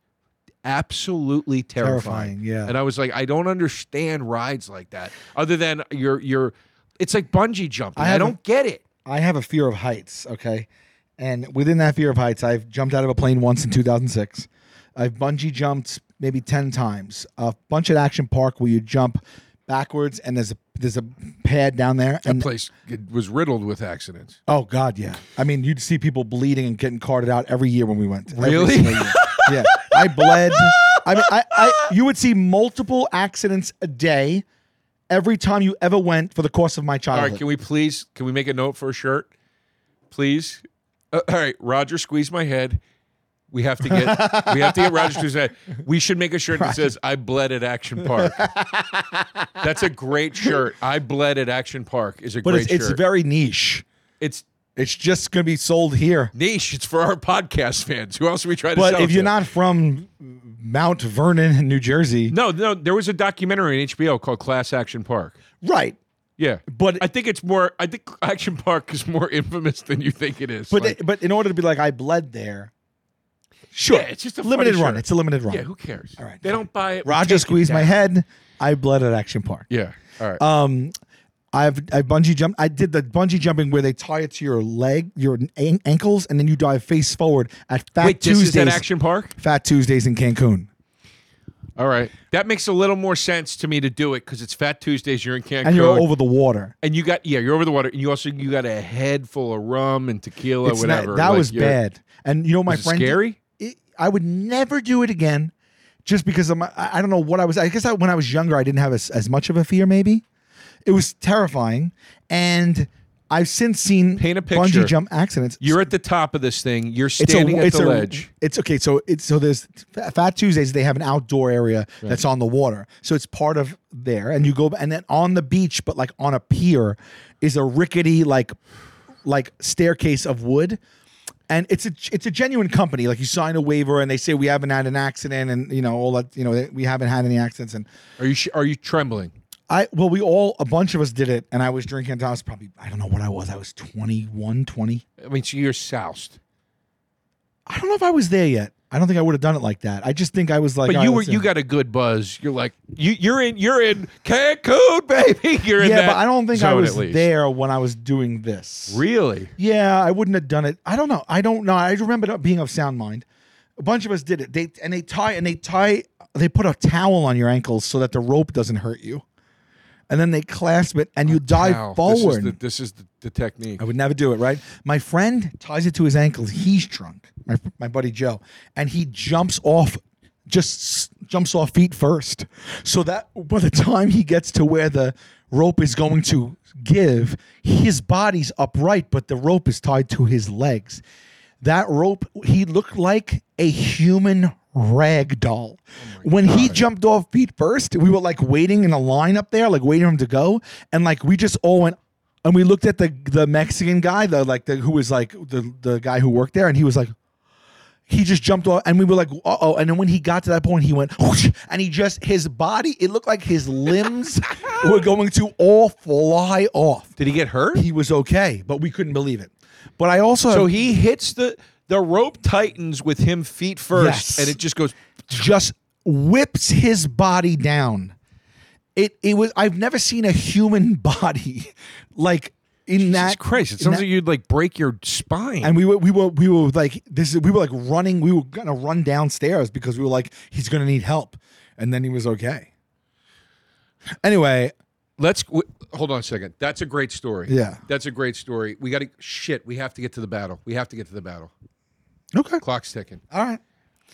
Speaker 2: absolutely terrifying.
Speaker 3: Terrifying, yeah.
Speaker 2: And I was like, I don't understand rides like that. Other than you're, you're it's like bungee jumping.
Speaker 3: I
Speaker 2: I,
Speaker 3: haven't-
Speaker 2: don't get it.
Speaker 3: I have a fear of heights, okay? And within that fear of heights, I've jumped out of a plane once in 2006. I've bungee jumped maybe 10 times. A bunch at Action Park where you jump backwards and there's a there's a pad down there and
Speaker 2: place it was riddled with accidents.
Speaker 3: oh god, yeah. I mean, you'd see people bleeding and getting carted out every year when we went. Every
Speaker 2: Really?
Speaker 3: single year. yeah. I bled. I mean, I, I you would see multiple accidents a day every time you ever went for the course of my
Speaker 2: All
Speaker 3: childhood.
Speaker 2: right, can we please can we make a note for a shirt, please? Uh, all right, Roger, squeeze my head. We have to get we have to get Roger squeeze my head. We should make a shirt that says "I bled at Action Park." That's a great shirt. "I bled at Action Park" is a
Speaker 3: but
Speaker 2: great
Speaker 3: it's, it's
Speaker 2: shirt.
Speaker 3: very niche.
Speaker 2: it's
Speaker 3: It's just going to be sold here.
Speaker 2: niche. It's for our podcast fans. Who else are we trying to?
Speaker 3: But
Speaker 2: sell
Speaker 3: if
Speaker 2: it
Speaker 3: you're
Speaker 2: to?
Speaker 3: not from Mount Vernon, New Jersey,
Speaker 2: no, no, there was a documentary on HBO called "Class Action Park."
Speaker 3: right?
Speaker 2: Yeah,
Speaker 3: But-
Speaker 2: I think it's more. I think Action Park is more infamous than you think it is.
Speaker 3: But
Speaker 2: Like,
Speaker 3: but in order to be like I bled there, sure,
Speaker 2: Yeah, it's just a
Speaker 3: limited
Speaker 2: funny
Speaker 3: run.
Speaker 2: shirt.
Speaker 3: It's a limited run.
Speaker 2: yeah, who cares?
Speaker 3: All right.
Speaker 2: they don't buy it. We
Speaker 3: Roger
Speaker 2: take it
Speaker 3: squeezed my
Speaker 2: down.
Speaker 3: head. I bled at Action Park.
Speaker 2: Yeah. All right.
Speaker 3: Um, I've I bungee jumped. I did the bungee jumping where they tie it to your leg, your an- ankles, and then you dive face forward at Fat
Speaker 2: Wait, this
Speaker 3: Tuesdays.
Speaker 2: is at Action Park?
Speaker 3: Fat Tuesdays in Cancun.
Speaker 2: All right. That makes a little more sense to me to do it because it's Fat Tuesdays. You're in Cancun.
Speaker 3: And you're over the water.
Speaker 2: And you got yeah, you're over the water, and you also you got a head full of rum and tequila,
Speaker 3: It's not-
Speaker 2: whatever.
Speaker 3: that
Speaker 2: Like,
Speaker 3: was
Speaker 2: you're-
Speaker 3: bad. And you know, my
Speaker 2: was it
Speaker 3: friend.
Speaker 2: scary.
Speaker 3: it, I would never do it again, just because I'm, I I don't know what I was. I guess I, when I was younger, I didn't have as, as much of a fear. Maybe it was terrifying, and I I've since seen
Speaker 2: Paint a picture.
Speaker 3: bungee jump accidents.
Speaker 2: You're at the top of this thing. You're standing at
Speaker 3: it's
Speaker 2: the
Speaker 3: a,
Speaker 2: ledge.
Speaker 3: It's okay. So it's so there's Fat Tuesdays. They have an outdoor area that's on the water, so it's part of there. And you go and then on the beach, but like on a pier, is a rickety like like staircase of wood. And it's a it's a genuine company. Like you sign a waiver, and they say we haven't had an accident, and you know all that. You know we haven't had any accidents, and
Speaker 2: Are you sh- are you trembling?
Speaker 3: I well, we all a bunch of us did it, and I was drinking. until I was probably I don't know what I was. I was 21, 20.
Speaker 2: I mean, so you're soused.
Speaker 3: I don't know if I was there yet. I don't think I would have done it like that. I just think I was like,
Speaker 2: But
Speaker 3: "All
Speaker 2: you
Speaker 3: right,
Speaker 2: were
Speaker 3: let's
Speaker 2: you
Speaker 3: do it."
Speaker 2: got a good buzz. You're like you you're in you're in Cancun, baby. You're in
Speaker 3: yeah,
Speaker 2: that
Speaker 3: but I don't think I
Speaker 2: zone,
Speaker 3: was
Speaker 2: at least.
Speaker 3: there when I was doing this.
Speaker 2: Really?
Speaker 3: Yeah, I wouldn't have done it. I don't know. I don't know. I remember not being of sound mind. A bunch of us did it. They and they tie and they tie. They put a towel on your ankles so that the rope doesn't hurt you, and then they clasp it and you dive
Speaker 2: Wow, This
Speaker 3: forward.
Speaker 2: is the, this is the, the technique.
Speaker 3: I would never do it, right? My friend ties it to his ankles. He's drunk, my, my buddy Joe, and he jumps off, just s- jumps off feet first. So that by the time he gets to where the rope is going to give, his body's upright, but the rope is tied to his legs. That rope, he looked like a human rag doll. when he jumped off feet first, we were like waiting in a line up there, like waiting for him to go. And like we just all went, and we looked at the the Mexican guy, the like the who was like the the guy who worked there, and he was like, he just jumped off, and we were like, uh oh. And then when he got to that point, he went, whoosh, and he just his body, it looked like his limbs were going to all fly off.
Speaker 2: Did he get hurt?
Speaker 3: He was okay, but we couldn't believe it. But I also
Speaker 2: so he hits the the rope tightens with him feet first,
Speaker 3: Yes.
Speaker 2: and it just goes.
Speaker 3: just whips his body down. It it was I've never seen a human body like in
Speaker 2: Jesus
Speaker 3: that
Speaker 2: Christ! It
Speaker 3: in
Speaker 2: sounds
Speaker 3: that-
Speaker 2: like you'd like break your spine.
Speaker 3: And we were we were we were like this is we were like running we were gonna run downstairs because we were like he's gonna need help, and then he was okay. Anyway,
Speaker 2: Let's w- hold on a second. That's a great story.
Speaker 3: Yeah.
Speaker 2: that's a great story. We got to shit. We have to get to the battle. We have to get to the battle.
Speaker 3: okay,
Speaker 2: Clock's ticking.
Speaker 3: all right.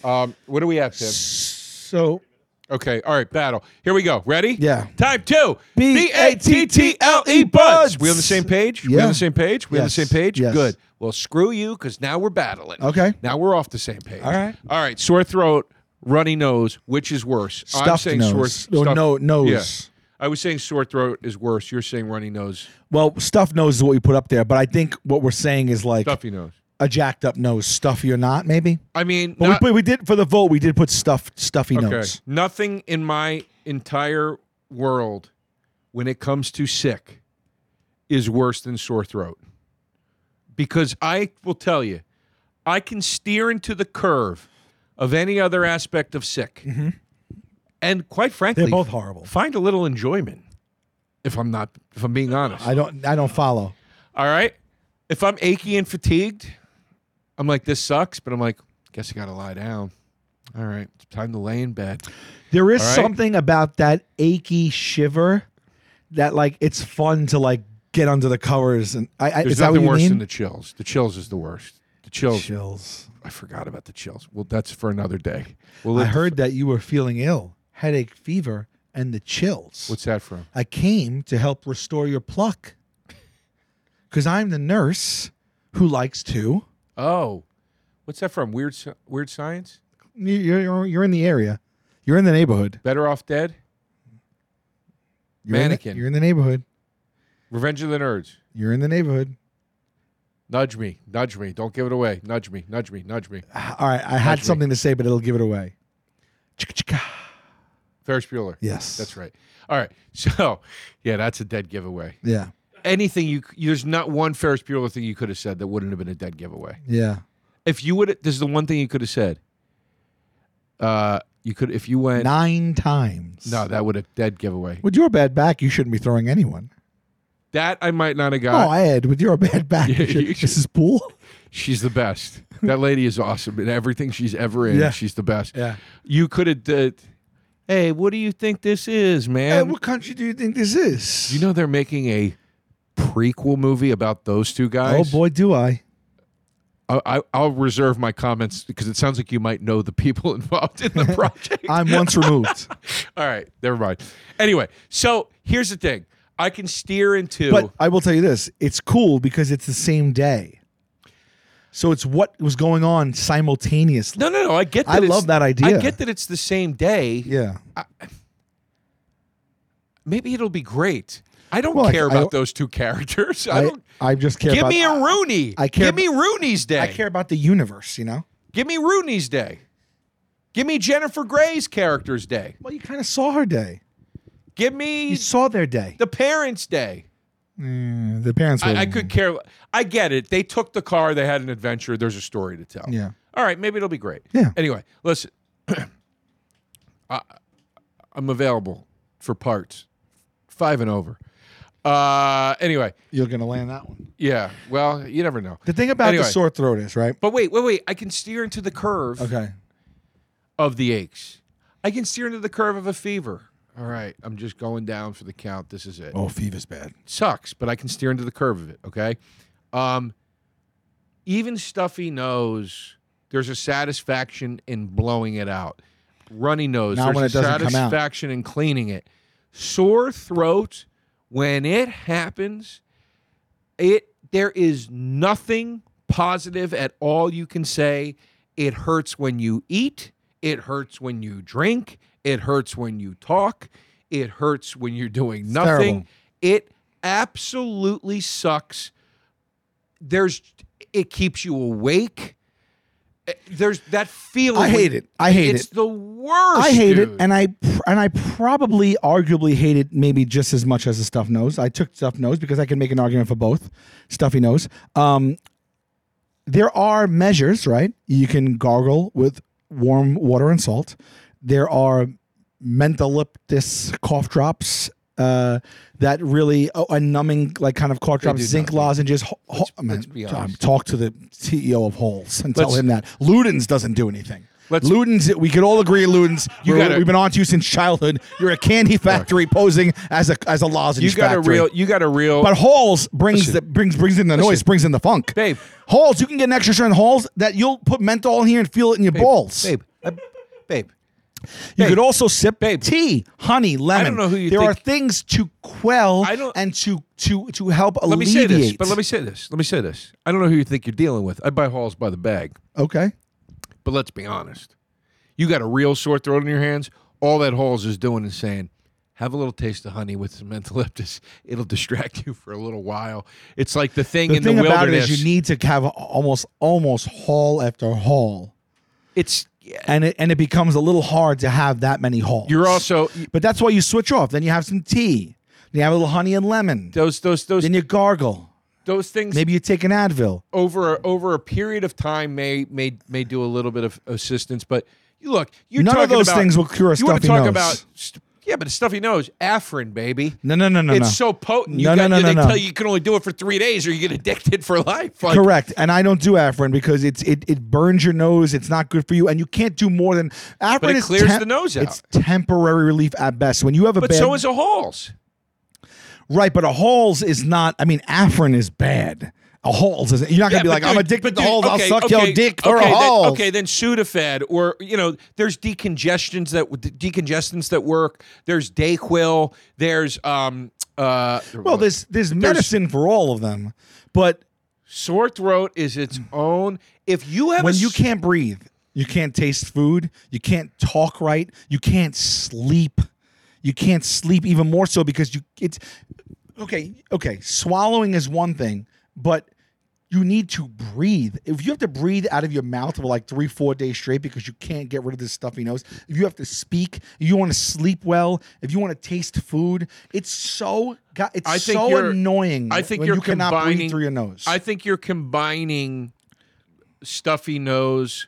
Speaker 2: Um, what do we have, Tim?
Speaker 3: So
Speaker 2: Okay, all right, battle. Here we go. Ready?
Speaker 3: Yeah.
Speaker 2: Time two.
Speaker 3: B A T T L E
Speaker 2: buds.
Speaker 3: buds.
Speaker 2: We on the same page? We on
Speaker 3: Yeah.
Speaker 2: the same page? We on the
Speaker 3: Yes.
Speaker 2: same page?
Speaker 3: Yes.
Speaker 2: Good. Well, screw you, because now we're battling.
Speaker 3: Okay.
Speaker 2: Now we're off the same page.
Speaker 3: All right.
Speaker 2: All right. Sore throat, runny nose. Which is worse? Oh, I'm
Speaker 3: Stuffed
Speaker 2: saying
Speaker 3: nose.
Speaker 2: sore
Speaker 3: Or
Speaker 2: stuffed-
Speaker 3: Oh, no- nose.
Speaker 2: Yeah. I was saying sore throat is worse. You're saying runny nose,
Speaker 3: well, stuffed nose is what we put up there, but I think what we're saying is like
Speaker 2: stuffy nose.
Speaker 3: a jacked up nose, stuffy or not, maybe.
Speaker 2: I mean,
Speaker 3: But we,
Speaker 2: not-
Speaker 3: put, we did for the vote. We did put stuff stuffy
Speaker 2: okay.
Speaker 3: notes.
Speaker 2: Nothing in my entire world, when it comes to sick, is worse than sore throat. Because I will tell you, I can steer into the curve of any other aspect of sick. And quite frankly,
Speaker 3: Mm-hmm. both horrible.
Speaker 2: Find a little enjoyment if I'm not if I'm being honest.
Speaker 3: I don't. I don't follow.
Speaker 2: All right. If I'm achy and fatigued, I'm like, this sucks, but I'm like, guess I gotta lie down. All right, it's time to lay in bed.
Speaker 3: There is
Speaker 2: All right.
Speaker 3: something about that achy shiver that like it's fun to like get under the covers and I. I
Speaker 2: There's
Speaker 3: is that what
Speaker 2: nothing
Speaker 3: you
Speaker 2: worse
Speaker 3: mean?
Speaker 2: than the chills. The chills is the worst. The chills.
Speaker 3: chills.
Speaker 2: I forgot about the chills. Well, that's for another day. Well,
Speaker 3: I
Speaker 2: it-
Speaker 3: heard that you were feeling ill, headache, fever, and the chills.
Speaker 2: What's that from?
Speaker 3: I came to help restore your pluck, because I'm the nurse who likes to.
Speaker 2: Oh, what's that from? Weird, Sci- weird science.
Speaker 3: you- You're you're in the area. You're in the neighborhood.
Speaker 2: Better off dead.
Speaker 3: You're in the-
Speaker 2: Mannequin.
Speaker 3: you're in the neighborhood.
Speaker 2: Revenge of the Nerds.
Speaker 3: You're in the neighborhood.
Speaker 2: Nudge me, nudge me. Don't give it away. Nudge me, nudge me, nudge me.
Speaker 3: All right, I had
Speaker 2: Nudge me.
Speaker 3: something to say, but it'll give it away. Chicka chicka.
Speaker 2: Ferris Bueller.
Speaker 3: Yes.
Speaker 2: that's right. All right. So, yeah, that's a dead giveaway.
Speaker 3: Yeah,
Speaker 2: anything you c- there's not one Ferris Bueller thing you could have said that wouldn't have been a dead giveaway.
Speaker 3: yeah.
Speaker 2: If you would, this is the one thing you could have said. Uh, you could if you went
Speaker 3: Nine times.
Speaker 2: no, that would have dead giveaway.
Speaker 3: With your bad back, you shouldn't be throwing anyone.
Speaker 2: That I might not have
Speaker 3: Oh,
Speaker 2: got.
Speaker 3: Ed, with your bad back,
Speaker 2: Uh, Yeah,
Speaker 3: you should,
Speaker 2: you should.
Speaker 3: this is pool.
Speaker 2: she's the best. That lady is awesome in everything she's ever in.
Speaker 3: Yeah.
Speaker 2: She's the best.
Speaker 3: Yeah.
Speaker 2: You could have. did hey, what do you think this is, man?
Speaker 3: country do you think this is?
Speaker 2: Um, you know they're making a prequel movie about those two
Speaker 3: oh
Speaker 2: guys.
Speaker 3: boy, do I!
Speaker 2: I, I, I'll reserve my comments because it sounds like you might know the people involved in the project.
Speaker 3: I'm once removed.
Speaker 2: All right, never mind. Anyway, so here's the thing. I can steer into.
Speaker 3: But I will tell you this: it's cool because it's the same day, so it's what was going on simultaneously.
Speaker 2: no, no, no. I get. That
Speaker 3: I
Speaker 2: it's-
Speaker 3: love that
Speaker 2: I
Speaker 3: idea.
Speaker 2: get that it's the same day.
Speaker 3: Yeah,
Speaker 2: Maybe it'll be great. I don't
Speaker 3: Well, I-
Speaker 2: care
Speaker 3: I
Speaker 2: about
Speaker 3: don't-
Speaker 2: those two characters. I,
Speaker 3: I,
Speaker 2: don't.
Speaker 3: I just care.
Speaker 2: Give
Speaker 3: about,
Speaker 2: me a Rooney.
Speaker 3: I care
Speaker 2: Give me Rooney's day.
Speaker 3: I care about the universe. You know.
Speaker 2: Give me Rooney's day. Give me Jennifer Gray's character's day.
Speaker 3: Well, you kind of saw her day.
Speaker 2: Give
Speaker 3: You
Speaker 2: me
Speaker 3: saw their day.
Speaker 2: the parents' day.
Speaker 3: Mm, the parents. were-
Speaker 2: I, I could care. le- I get it. They took the car. They had an adventure. There's a story to tell.
Speaker 3: Yeah.
Speaker 2: All right. Maybe it'll be great.
Speaker 3: Yeah.
Speaker 2: Anyway, listen. I, I'm available for parts, five and over. Uh. Anyway.
Speaker 3: You're gonna land that one.
Speaker 2: Yeah. Well, you never know.
Speaker 3: The thing about
Speaker 2: Anyway.
Speaker 3: the sore throat is right.
Speaker 2: But wait, wait, wait. I can steer into the curve
Speaker 3: Okay.
Speaker 2: of the aches. I can steer into the curve of a fever. All right. I'm just going down for the count. This is it.
Speaker 3: Oh, fever's bad.
Speaker 2: sucks, but I can steer into the curve of it. Okay. Um, even Stuffy knows there's a satisfaction in blowing it out. Runny nose,
Speaker 3: Not
Speaker 2: there's
Speaker 3: when
Speaker 2: a
Speaker 3: it doesn't come out.
Speaker 2: satisfaction in cleaning it. Sore throat, when it happens, it there is nothing positive at all you can say. It hurts when you eat. It hurts when you drink. It hurts when you talk. It hurts when you're doing nothing.
Speaker 3: terrible.
Speaker 2: It absolutely sucks. There's it keeps you awake. Eh, There's that feeling.
Speaker 3: I hate it. I hate
Speaker 2: it's
Speaker 3: it.
Speaker 2: the worst.
Speaker 3: I hate it,
Speaker 2: dude.
Speaker 3: and I pr- and I probably arguably hate it maybe just as much as the stuff nose. I took stuff nose because I can make an argument for both stuffy nose. Um, there are measures, right? You can gargle with warm water and salt. There are mentholyptus cough drops. Uh, that really oh, a numbing like kind of cough drops,
Speaker 2: do
Speaker 3: zinc
Speaker 2: nothing.
Speaker 3: lozenges. Ho- ho- man,
Speaker 2: be
Speaker 3: Tom,
Speaker 2: honest.
Speaker 3: talk to the CEO of Holes and tell
Speaker 2: Let's-
Speaker 3: him that Ludens doesn't do anything.
Speaker 2: Let's-
Speaker 3: Ludens, we could all agree, Ludens.
Speaker 2: You
Speaker 3: You
Speaker 2: gotta-
Speaker 3: we've been on to you since childhood. You're a candy factory posing as a as a lozenge
Speaker 2: you got a
Speaker 3: factory.
Speaker 2: real. You got a real.
Speaker 3: but Halls brings
Speaker 2: Listen.
Speaker 3: the brings brings in the noise, brings in the funk.
Speaker 2: Babe.
Speaker 3: Halls, you can get an extra strength Halls that you'll put menthol in here and feel it in your
Speaker 2: babe,
Speaker 3: balls.
Speaker 2: babe, I- babe.
Speaker 3: you
Speaker 2: babe.
Speaker 3: could also sip
Speaker 2: Babe.
Speaker 3: tea, honey, lemon.
Speaker 2: know who you
Speaker 3: There are
Speaker 2: think-
Speaker 3: things to quell
Speaker 2: I don't-
Speaker 3: and to to to help
Speaker 2: Let me
Speaker 3: alleviate.
Speaker 2: say this. But let me say this. Let me say this. I don't know who you think you're dealing with. I buy halls by the bag.
Speaker 3: okay.
Speaker 2: But let's be honest. You got a real sore throat in your hands. All that Halls is doing is saying, have a little taste of honey with some mentholyptus. It'll distract you for a little while. It's like the thing
Speaker 3: The
Speaker 2: in
Speaker 3: thing
Speaker 2: the
Speaker 3: about it
Speaker 2: wilderness.
Speaker 3: is you need to have almost almost haul after haul.
Speaker 2: it's
Speaker 3: and it and it becomes a little hard to have that many halls.
Speaker 2: you're also
Speaker 3: but that's why you switch off. Then you have some tea. Then you have a little honey and lemon.
Speaker 2: those those those
Speaker 3: Then you gargle.
Speaker 2: those things
Speaker 3: Maybe you take an Advil.
Speaker 2: over over a period of time may may may do a little bit of assistance. But you look, you're
Speaker 3: None of
Speaker 2: talking
Speaker 3: those
Speaker 2: about-
Speaker 3: things will cure a
Speaker 2: you want to
Speaker 3: stuffy
Speaker 2: talk about
Speaker 3: nose.
Speaker 2: st- yeah, but a stuffy nose, Afrin, baby.
Speaker 3: No, no, no, no,
Speaker 2: It's
Speaker 3: no.
Speaker 2: so potent. You
Speaker 3: No,
Speaker 2: got,
Speaker 3: no, no,
Speaker 2: They
Speaker 3: no, no.
Speaker 2: tell you you can only do it for three days, or you get addicted for life. Like,
Speaker 3: Correct. And I don't do Afrin because it's it it burns your nose. It's not good for you, and you can't do more than Afrin.
Speaker 2: it
Speaker 3: is
Speaker 2: clears the nose out.
Speaker 3: It's temporary relief at best. When you have a
Speaker 2: But
Speaker 3: bad
Speaker 2: so is a Halls.
Speaker 3: right, but a Halls is not. I mean, Afrin is bad. A Halls is. You're not gonna be like, I'm addicted to Halls. I'll suck your dick for
Speaker 2: okay,
Speaker 3: a
Speaker 2: then-
Speaker 3: Halls.
Speaker 2: okay, then Sudafed, or you know, there's decongestions that decongestants that work. There's Dayquil. There's um uh
Speaker 3: Well, there's there's medicine for all of them, but
Speaker 2: sore throat is its own. If you have
Speaker 3: when
Speaker 2: a
Speaker 3: you
Speaker 2: s-
Speaker 3: can't breathe, you can't taste food, you can't talk right, you can't sleep. You can't sleep even more so because you it's okay, okay, swallowing is one thing, but you need to breathe. If you have to breathe out of your mouth for like three, four days straight because you can't get rid of this stuffy nose, if you have to speak, if you want to sleep well, if you want to taste food, it's so got it's
Speaker 2: I think
Speaker 3: so
Speaker 2: you're-
Speaker 3: annoying.
Speaker 2: I think
Speaker 3: when
Speaker 2: you're
Speaker 3: you cannot
Speaker 2: combining-
Speaker 3: breathe through your nose.
Speaker 2: I think you're combining stuffy nose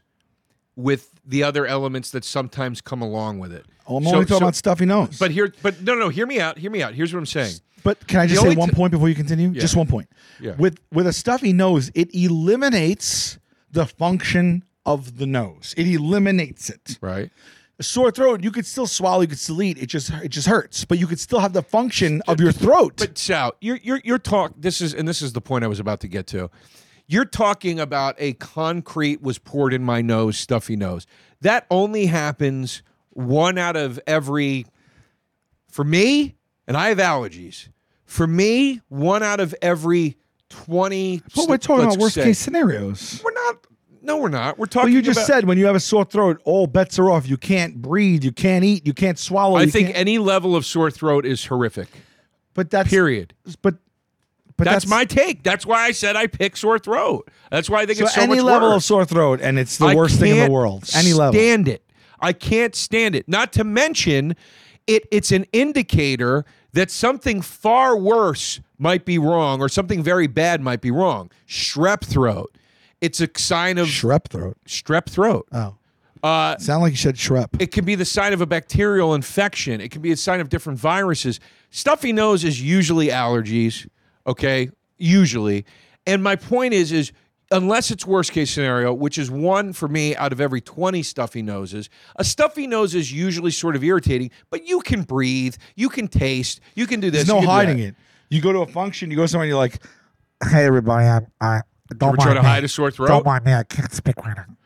Speaker 2: with the other elements that sometimes come along with it.
Speaker 3: Oh, I'm
Speaker 2: So-
Speaker 3: only talking
Speaker 2: so-
Speaker 3: about stuffy nose.
Speaker 2: But here, but no, no, hear me out. Hear me out. Here's what I'm saying.
Speaker 3: But can I just
Speaker 2: The
Speaker 3: say
Speaker 2: only
Speaker 3: one
Speaker 2: t-
Speaker 3: point before you continue? Just one point.
Speaker 2: Yeah.
Speaker 3: With with a stuffy nose, it eliminates the function of the nose. It eliminates it.
Speaker 2: Right.
Speaker 3: A sore throat, you could still swallow, you could still eat. It just it just hurts, but you could still have the function of your throat.
Speaker 2: But Sal, you're you're you're talk. This is and this is the point I was about to get to. You're talking about a concrete was poured in my nose, stuffy nose. That only happens one out of every. For me, and I have allergies. For me, one out of every twenty.
Speaker 3: But we're talking
Speaker 2: let's
Speaker 3: about worst
Speaker 2: say-
Speaker 3: case scenarios.
Speaker 2: We're not. No, we're not. We're
Speaker 3: Well,
Speaker 2: talking.
Speaker 3: you just
Speaker 2: about-
Speaker 3: said when you have a sore throat, all bets are off. You can't breathe. You can't eat. You can't swallow.
Speaker 2: I
Speaker 3: you
Speaker 2: think
Speaker 3: can't-
Speaker 2: any level of sore throat is horrific.
Speaker 3: but that's
Speaker 2: Period.
Speaker 3: But but
Speaker 2: That's, my take. That's why I said I pick sore throat. That's why I think
Speaker 3: So,
Speaker 2: it's so
Speaker 3: any
Speaker 2: much
Speaker 3: level
Speaker 2: worse.
Speaker 3: of sore throat, and it's the
Speaker 2: I
Speaker 3: worst thing in the
Speaker 2: can't
Speaker 3: world. Any level.
Speaker 2: Stand it. I can't stand it. Not to mention, it it's an indicator that something far worse might be wrong, or something very bad might be wrong. Strep throat. It's a sign of
Speaker 3: Shrep throat.
Speaker 2: strep throat.
Speaker 3: Oh.
Speaker 2: Uh,
Speaker 3: Sound like you said shrep.
Speaker 2: It can be the sign of a bacterial infection. It can be a sign of different viruses. Stuffy nose is usually allergies, okay? Usually. And my point is is unless it's worst case scenario, which is one for me out of every 20 stuffy noses, a stuffy nose is usually sort of irritating, but you can breathe, you can taste, you can do this.
Speaker 3: There's no
Speaker 2: you can do
Speaker 3: hiding
Speaker 2: that.
Speaker 3: it. You go to a function, you go somewhere, and you're like, "Hey, everybody, I'm, I
Speaker 2: We're
Speaker 3: don't
Speaker 2: trying
Speaker 3: mind
Speaker 2: to
Speaker 3: me.
Speaker 2: hide a sore throat.
Speaker 3: Don't mind me. I can't speak right now."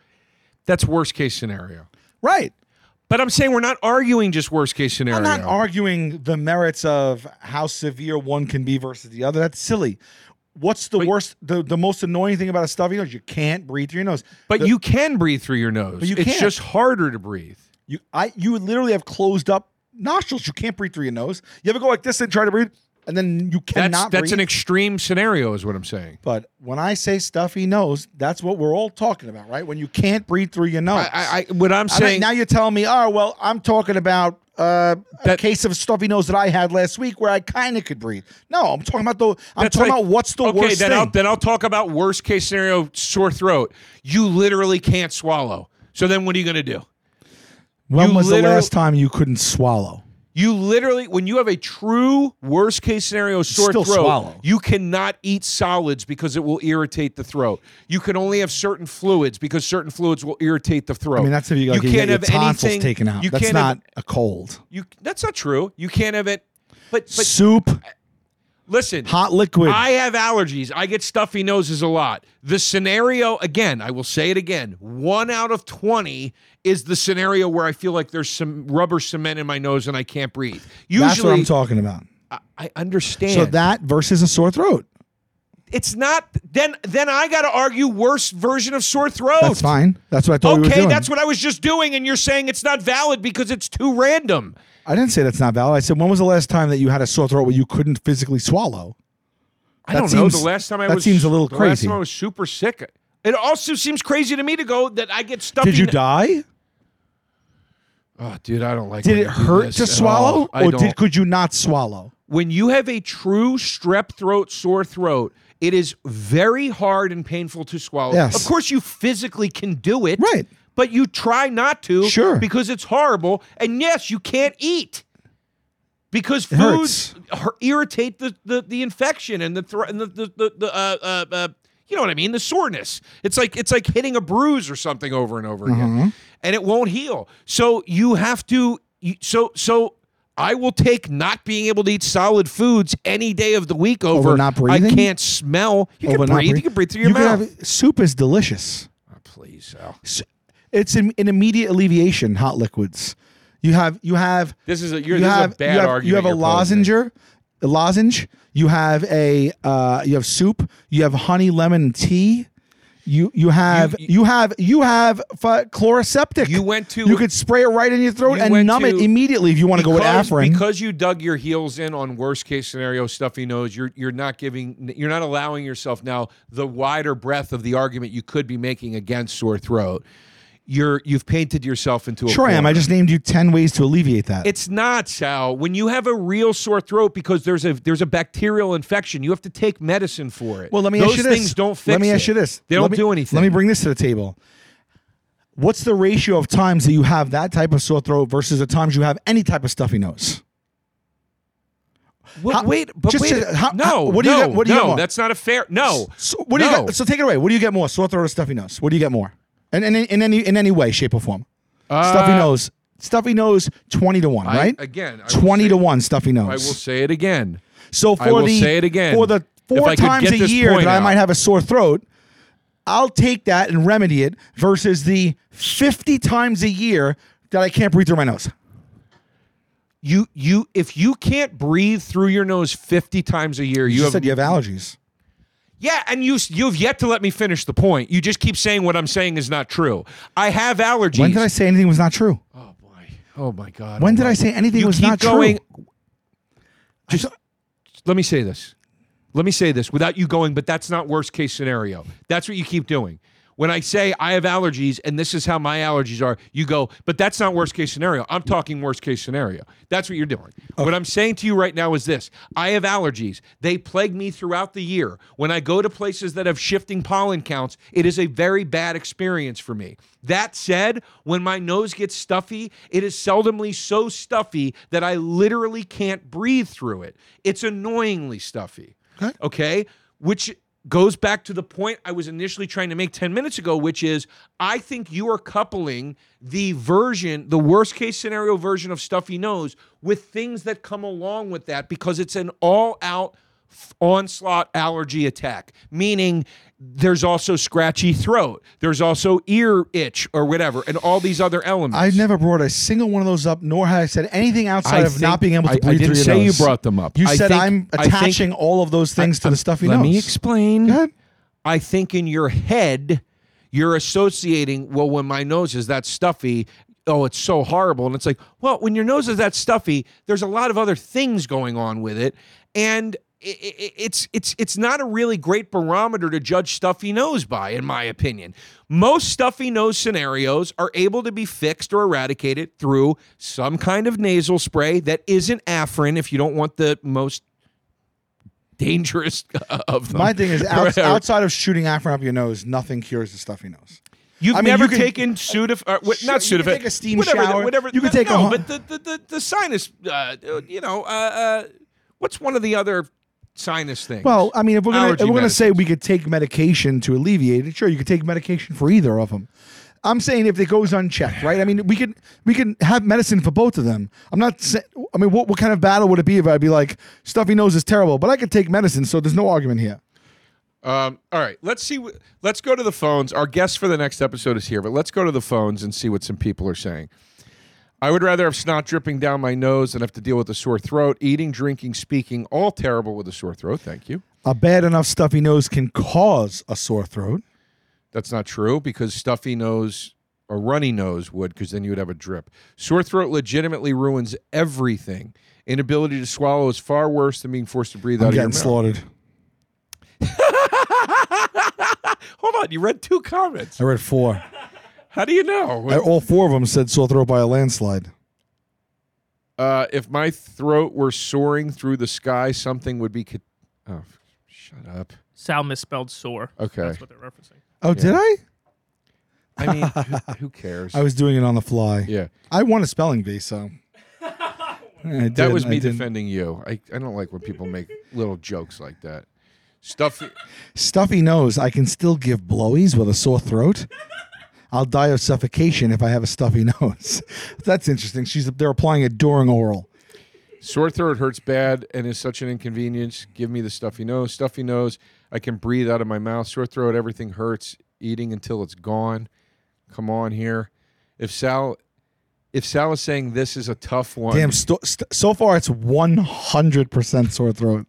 Speaker 2: That's worst case scenario.
Speaker 3: Right.
Speaker 2: But I'm saying we're not arguing just worst case scenario.
Speaker 3: I'm not arguing the merits of how severe one can be versus the other. That's silly. What's the
Speaker 2: But-
Speaker 3: worst? The, the most annoying thing about a stuffy nose? You can't breathe through your nose.
Speaker 2: but
Speaker 3: The-
Speaker 2: you can breathe through your nose.
Speaker 3: But you
Speaker 2: it's
Speaker 3: can't.
Speaker 2: just harder to breathe.
Speaker 3: you, I, you literally have closed up nostrils. You can't breathe through your nose. You ever go like this and try to breathe, and then you
Speaker 2: That's
Speaker 3: cannot.
Speaker 2: that's
Speaker 3: breathe?
Speaker 2: an extreme scenario, is what I'm saying.
Speaker 3: But when I say stuffy nose, that's what we're all talking about, right? When you can't breathe through your nose.
Speaker 2: I, I what I'm
Speaker 3: I mean,
Speaker 2: saying
Speaker 3: now you're telling me, oh well, I'm talking about uh, a
Speaker 2: That-
Speaker 3: case of stuffy nose that I had last week where I kind of could breathe. No, I'm talking about the. I'm
Speaker 2: that's
Speaker 3: talking
Speaker 2: like-
Speaker 3: about what's the
Speaker 2: okay,
Speaker 3: worst
Speaker 2: then I'll,
Speaker 3: thing.
Speaker 2: then I'll talk about worst case scenario sore throat. You literally can't swallow. So then what are you going to do?
Speaker 3: when
Speaker 2: you
Speaker 3: was the
Speaker 2: literal-
Speaker 3: last time you couldn't swallow?
Speaker 2: You literally when you have a true worst case scenario sore
Speaker 3: Still
Speaker 2: throat,
Speaker 3: swallow.
Speaker 2: you cannot eat solids because it will irritate the throat. You can only have certain fluids because certain fluids will irritate the throat.
Speaker 3: I mean, that's if you, like, you,
Speaker 2: can't
Speaker 3: get your
Speaker 2: have
Speaker 3: tonsils
Speaker 2: anything
Speaker 3: taken out.
Speaker 2: You
Speaker 3: that's
Speaker 2: can't
Speaker 3: not
Speaker 2: Have,
Speaker 3: a cold.
Speaker 2: you that's not true. You can't have it. But but
Speaker 3: Soup,
Speaker 2: listen,
Speaker 3: hot liquid.
Speaker 2: I have allergies. I get stuffy noses a lot. The scenario, again, I will say it again one out of 20 is the scenario where I feel like there's some rubber cement in my nose and I can't breathe. Usually,
Speaker 3: that's what I'm talking about.
Speaker 2: I, I understand.
Speaker 3: So that versus a sore throat.
Speaker 2: it's not, then then I got to argue worse version of sore throat.
Speaker 3: That's fine. That's what I thought we were
Speaker 2: Okay,
Speaker 3: doing.
Speaker 2: that's what I was just doing, and you're saying it's not valid because it's too random.
Speaker 3: I didn't say that's not valid. I said, when was the last time that you had a sore throat where you couldn't physically swallow?
Speaker 2: I
Speaker 3: That
Speaker 2: don't know. The
Speaker 3: seems-
Speaker 2: last time I
Speaker 3: that
Speaker 2: was
Speaker 3: seems a little
Speaker 2: the last
Speaker 3: crazy.
Speaker 2: time I was super sick. It also seems crazy to me to go that I get stuffy.
Speaker 3: Did you
Speaker 2: no-
Speaker 3: die?
Speaker 2: Oh, dude, I don't like.
Speaker 3: Did
Speaker 2: when you
Speaker 3: it
Speaker 2: do
Speaker 3: hurt
Speaker 2: this
Speaker 3: to
Speaker 2: at all.
Speaker 3: swallow,
Speaker 2: I
Speaker 3: or
Speaker 2: don't.
Speaker 3: did could you not swallow?
Speaker 2: when you have a true strep throat, sore throat, it is very hard and painful to swallow.
Speaker 3: Yes.
Speaker 2: Of course, you physically can do it,
Speaker 3: Right.
Speaker 2: But you try not to,
Speaker 3: Sure.
Speaker 2: because it's horrible. And yes, you can't eat because
Speaker 3: It hurts.
Speaker 2: foods hur- irritate the, the the infection and the thro- and the the, the, the uh, uh, uh, you know what I mean the soreness. It's like it's like hitting a bruise or something over and over
Speaker 3: Mm-hmm.
Speaker 2: again, and it won't heal. So you have to. You, so so I will take not being able to eat solid foods any day of the week over,
Speaker 3: not
Speaker 2: I
Speaker 3: breathing?
Speaker 2: can't smell. You can
Speaker 3: Over not
Speaker 2: Oh, breathe. You can breathe through your
Speaker 3: could
Speaker 2: mouth.
Speaker 3: have- soup is delicious.
Speaker 2: Oh, please, Al.
Speaker 3: It's an, an immediate alleviation. Hot liquids. You have you have
Speaker 2: This is a you're,
Speaker 3: you
Speaker 2: this
Speaker 3: have
Speaker 2: is a bad
Speaker 3: you have,
Speaker 2: argument.
Speaker 3: you have a
Speaker 2: you're posing.
Speaker 3: lozenger, a lozenge. You have a uh, you have soup. You have honey lemon tea. You you have you,
Speaker 2: you-
Speaker 3: have you have fu- chloroseptic.
Speaker 2: You went to-
Speaker 3: you could spray it right in your throat
Speaker 2: You
Speaker 3: and
Speaker 2: went
Speaker 3: numb it
Speaker 2: to-
Speaker 3: immediately if you want to go with
Speaker 2: Because-
Speaker 3: Afrin.
Speaker 2: Because you dug your heels in on worst case scenario stuffy nose, you're you're not giving you're not allowing yourself now the wider breadth of the argument you could be making against sore throat. You're you've painted yourself into a
Speaker 3: sure, I am. I
Speaker 2: corner.
Speaker 3: just named you ten ways to alleviate that.
Speaker 2: It's not, Sal. When you have a real sore throat because there's a there's a bacterial infection, you have to take medicine for it.
Speaker 3: Well, let me
Speaker 2: Those
Speaker 3: ask you this.
Speaker 2: things don't fix
Speaker 3: Let me
Speaker 2: it.
Speaker 3: ask you this.
Speaker 2: They
Speaker 3: Let
Speaker 2: don't
Speaker 3: me-
Speaker 2: do anything.
Speaker 3: Let me bring this to the table. What's the ratio of times that you have that type of sore throat versus the times you have any type of stuffy nose?
Speaker 2: Wait,
Speaker 3: how-
Speaker 2: wait but
Speaker 3: just
Speaker 2: wait.
Speaker 3: to- how-
Speaker 2: no,
Speaker 3: how- what do you
Speaker 2: no,
Speaker 3: get- what do you
Speaker 2: no,
Speaker 3: get more?
Speaker 2: that's not a fair. No.
Speaker 3: So what do you
Speaker 2: No.
Speaker 3: get? So take it away. What do you get more, sore throat or stuffy nose? What do you get more? And in, in, any in any way, shape or form, stuffy
Speaker 2: Uh,
Speaker 3: nose, stuffy nose, twenty to one,
Speaker 2: I-
Speaker 3: right?
Speaker 2: again, I will
Speaker 3: twenty
Speaker 2: say-
Speaker 3: to one, stuffy nose.
Speaker 2: I will say it again.
Speaker 3: So for
Speaker 2: I will
Speaker 3: the
Speaker 2: say it again.
Speaker 3: for the
Speaker 2: If
Speaker 3: four
Speaker 2: I could
Speaker 3: times
Speaker 2: get
Speaker 3: a
Speaker 2: this
Speaker 3: year
Speaker 2: point
Speaker 3: that I
Speaker 2: out.
Speaker 3: might have a sore throat, I'll take that and remedy it versus the fifty times a year that I can't breathe through my nose.
Speaker 2: You you if you can't breathe through your nose 50 times a year,
Speaker 3: You,
Speaker 2: you
Speaker 3: just
Speaker 2: have
Speaker 3: said you have allergies.
Speaker 2: Yeah, and you s- you've yet to let me finish the point. You just keep saying what I'm saying is not true. I have allergies.
Speaker 3: When did I say anything was not true?
Speaker 2: Oh boy. Oh my god.
Speaker 3: When
Speaker 2: Oh,
Speaker 3: did
Speaker 2: my-
Speaker 3: I say anything
Speaker 2: you
Speaker 3: was
Speaker 2: keep
Speaker 3: not
Speaker 2: going,
Speaker 3: true?
Speaker 2: Just let me say this. Let me say this without you going, but that's not worst case scenario. That's what you keep doing. When I say I have allergies and this is how my allergies are, you go, but that's not worst case scenario. I'm talking worst case scenario. That's what you're doing. What I'm saying to you right now is this I have allergies. They plague me throughout the year. When I go to places that have shifting pollen counts, it is a very bad experience for me. That said, when my nose gets stuffy, it is seldomly so stuffy that I literally can't breathe through it. It's annoyingly stuffy. Okay. Which goes back to the point I was initially trying to make 10 minutes ago, which is I think you are coupling the version, the worst case scenario version of stuffy nose, with things that come along with that because it's an all out onslaught allergy attack, meaning there's also scratchy throat, there's also ear itch or whatever, and all these other elements.
Speaker 3: I never brought a single one of those up, nor had I said anything outside
Speaker 2: I
Speaker 3: of not
Speaker 2: think-
Speaker 3: being able to
Speaker 2: I- I
Speaker 3: breathe through
Speaker 2: didn't
Speaker 3: your
Speaker 2: say you
Speaker 3: nose.
Speaker 2: brought them up.
Speaker 3: You
Speaker 2: I
Speaker 3: said
Speaker 2: think-
Speaker 3: I'm
Speaker 2: I think-
Speaker 3: attaching all of those things to
Speaker 2: I'm-
Speaker 3: the stuffy
Speaker 2: let
Speaker 3: nose.
Speaker 2: me explain.
Speaker 3: Go ahead.
Speaker 2: I think in your head, you're associating, well, when my nose is that stuffy, oh, it's so horrible. And it's like, well, when your nose is that stuffy, there's a lot of other things going on with it. And i- i- it's it's it's not a really great barometer to judge stuffy nose by, in my opinion. Most stuffy nose scenarios are able to be fixed or eradicated through some kind of nasal spray that isn't Afrin, if you don't want the most dangerous of them.
Speaker 3: My thing is
Speaker 2: Or
Speaker 3: out,
Speaker 2: whatever.
Speaker 3: outside of shooting Afrin up your nose, nothing cures the stuffy nose.
Speaker 2: You've
Speaker 3: I mean,
Speaker 2: never
Speaker 3: you can-
Speaker 2: taken Sudaf, or, what,
Speaker 3: Sure,
Speaker 2: not
Speaker 3: you
Speaker 2: Sudafed.
Speaker 3: can take a steam
Speaker 2: whatever, the-
Speaker 3: shower.
Speaker 2: Whatever,
Speaker 3: You can
Speaker 2: no,
Speaker 3: take a
Speaker 2: no,
Speaker 3: hu-
Speaker 2: but the the the, the sinus, uh, uh, you know, uh, uh, what's one of the other sinus things?
Speaker 3: Well, I mean, if we're gonna if
Speaker 2: Allergy
Speaker 3: we're gonna say
Speaker 2: medicines.
Speaker 3: we could take medication to alleviate it, sure, you could take medication for either of them. I'm saying if it goes unchecked, right? I mean, we can we can have medicine for both of them. I'm not. Say, I mean, what what kind of battle would it be if I'd be like stuffy nose is terrible, but I could take medicine, so there's no argument here.
Speaker 2: um, all right, let's see. wh- Let's go to the phones. Our guest for the next episode is here, but let's go to the phones and see what some people are saying. I would rather have snot dripping down my nose than have to deal with a sore throat. Eating, drinking, speaking, all terrible with a sore throat. Thank you.
Speaker 3: A bad enough stuffy nose can cause a sore throat.
Speaker 2: That's not true because stuffy nose or runny nose would, because then you would have a drip. Sore throat legitimately ruins everything. Inability to swallow is far worse than being forced to breathe
Speaker 3: I'm
Speaker 2: out of your
Speaker 3: getting
Speaker 2: mouth.
Speaker 3: slaughtered.
Speaker 2: Hold on, you read two comments.
Speaker 3: I read four.
Speaker 2: How do you know?
Speaker 3: All four of them said sore throat by a landslide.
Speaker 2: Uh, if my throat were soaring through the sky, something would be. Ca- oh, shut up.
Speaker 4: Sal misspelled sore.
Speaker 2: Okay.
Speaker 4: That's what they're referencing.
Speaker 3: Oh, did I?
Speaker 2: I mean, who, who cares?
Speaker 3: I was doing it on the fly.
Speaker 2: yeah,
Speaker 3: I won a spelling bee, so. I
Speaker 2: that
Speaker 3: did,
Speaker 2: was
Speaker 3: I
Speaker 2: me
Speaker 3: did.
Speaker 2: defending you. I, I don't like when people make little jokes like that. Stuffy.
Speaker 3: Stuffy nose. I can still give blowies with a sore throat. I'll die of suffocation if I have a stuffy nose. That's interesting. She's they're applying it during oral.
Speaker 2: Sore throat hurts bad and is such an inconvenience. Give me the stuffy nose. Stuffy nose. I can breathe out of my mouth. Sore throat. Everything hurts. Eating until it's gone. Come on here. If Sal, if Sal is saying this is a tough one.
Speaker 3: Damn. Sto- st- so far, it's one hundred percent sore throat.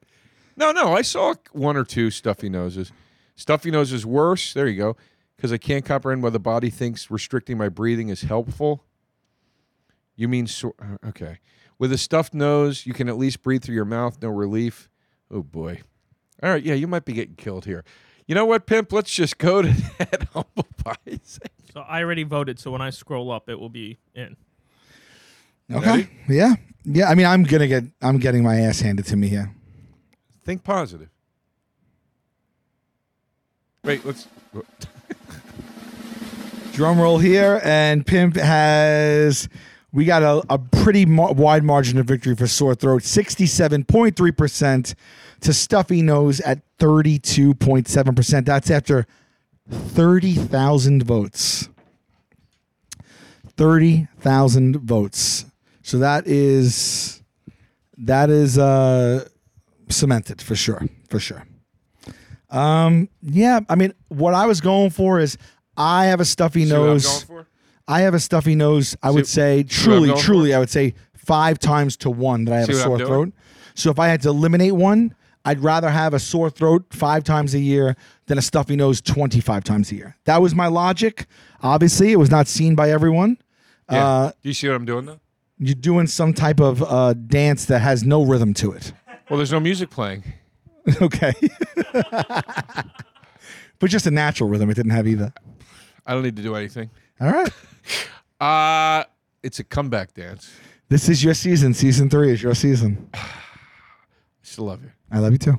Speaker 2: No, no. I saw one or two stuffy noses. Stuffy nose is worse. There you go. Because I can't comprehend why the body thinks restricting my breathing is helpful. You mean so- uh, okay? With a stuffed nose, you can at least breathe through your mouth. No relief. Oh boy. All right. Yeah, you might be getting killed here. You know what, pimp? Let's just go to that humble pie.
Speaker 4: So I already voted. So when I scroll up, it will be in.
Speaker 3: Okay. Yeah. Yeah. I mean, I'm gonna get. I'm getting my ass handed to me here.
Speaker 2: Think positive. Wait. Let's.
Speaker 3: Drum roll here, and Pimp has. We got a, a pretty mar- wide margin of victory for sore throat, sixty-seven point three percent to stuffy nose at thirty-two point seven percent. That's after thirty thousand votes. Thirty thousand votes. So that is that is uh, cemented for sure, for sure. Um, Yeah, I mean, what I was going for is I have a stuffy
Speaker 2: See what I'm
Speaker 3: nose.
Speaker 2: going for?
Speaker 3: I have a stuffy nose. I would say
Speaker 2: what I'm
Speaker 3: truly,
Speaker 2: going
Speaker 3: truly, I would say five times to one that I have
Speaker 2: See
Speaker 3: a
Speaker 2: what I'm
Speaker 3: sore
Speaker 2: doing?
Speaker 3: throat. So if I had to eliminate one, I'd rather have a sore throat five times a year than a stuffy nose 25 times a year. That was my logic. Obviously, it was not seen by everyone.
Speaker 2: Yeah.
Speaker 3: Uh,
Speaker 2: Do you see what I'm doing though?
Speaker 3: You're doing some type of uh, dance that has no rhythm to it.
Speaker 2: Well, there's no music playing.
Speaker 3: okay. but just a natural rhythm. It didn't have either.
Speaker 2: I don't need to do anything.
Speaker 3: All right.
Speaker 2: Uh it's a comeback dance.
Speaker 3: This is your season. Season three is your season.
Speaker 2: Still love you.
Speaker 3: I love you too.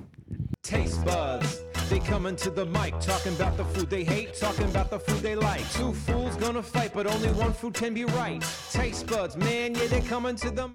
Speaker 1: Taste buds. They coming to the mic, talking about the food they hate, talking about the food they like. Two fools gonna fight, but only one food can be right. Taste buds, man, yeah, they coming to the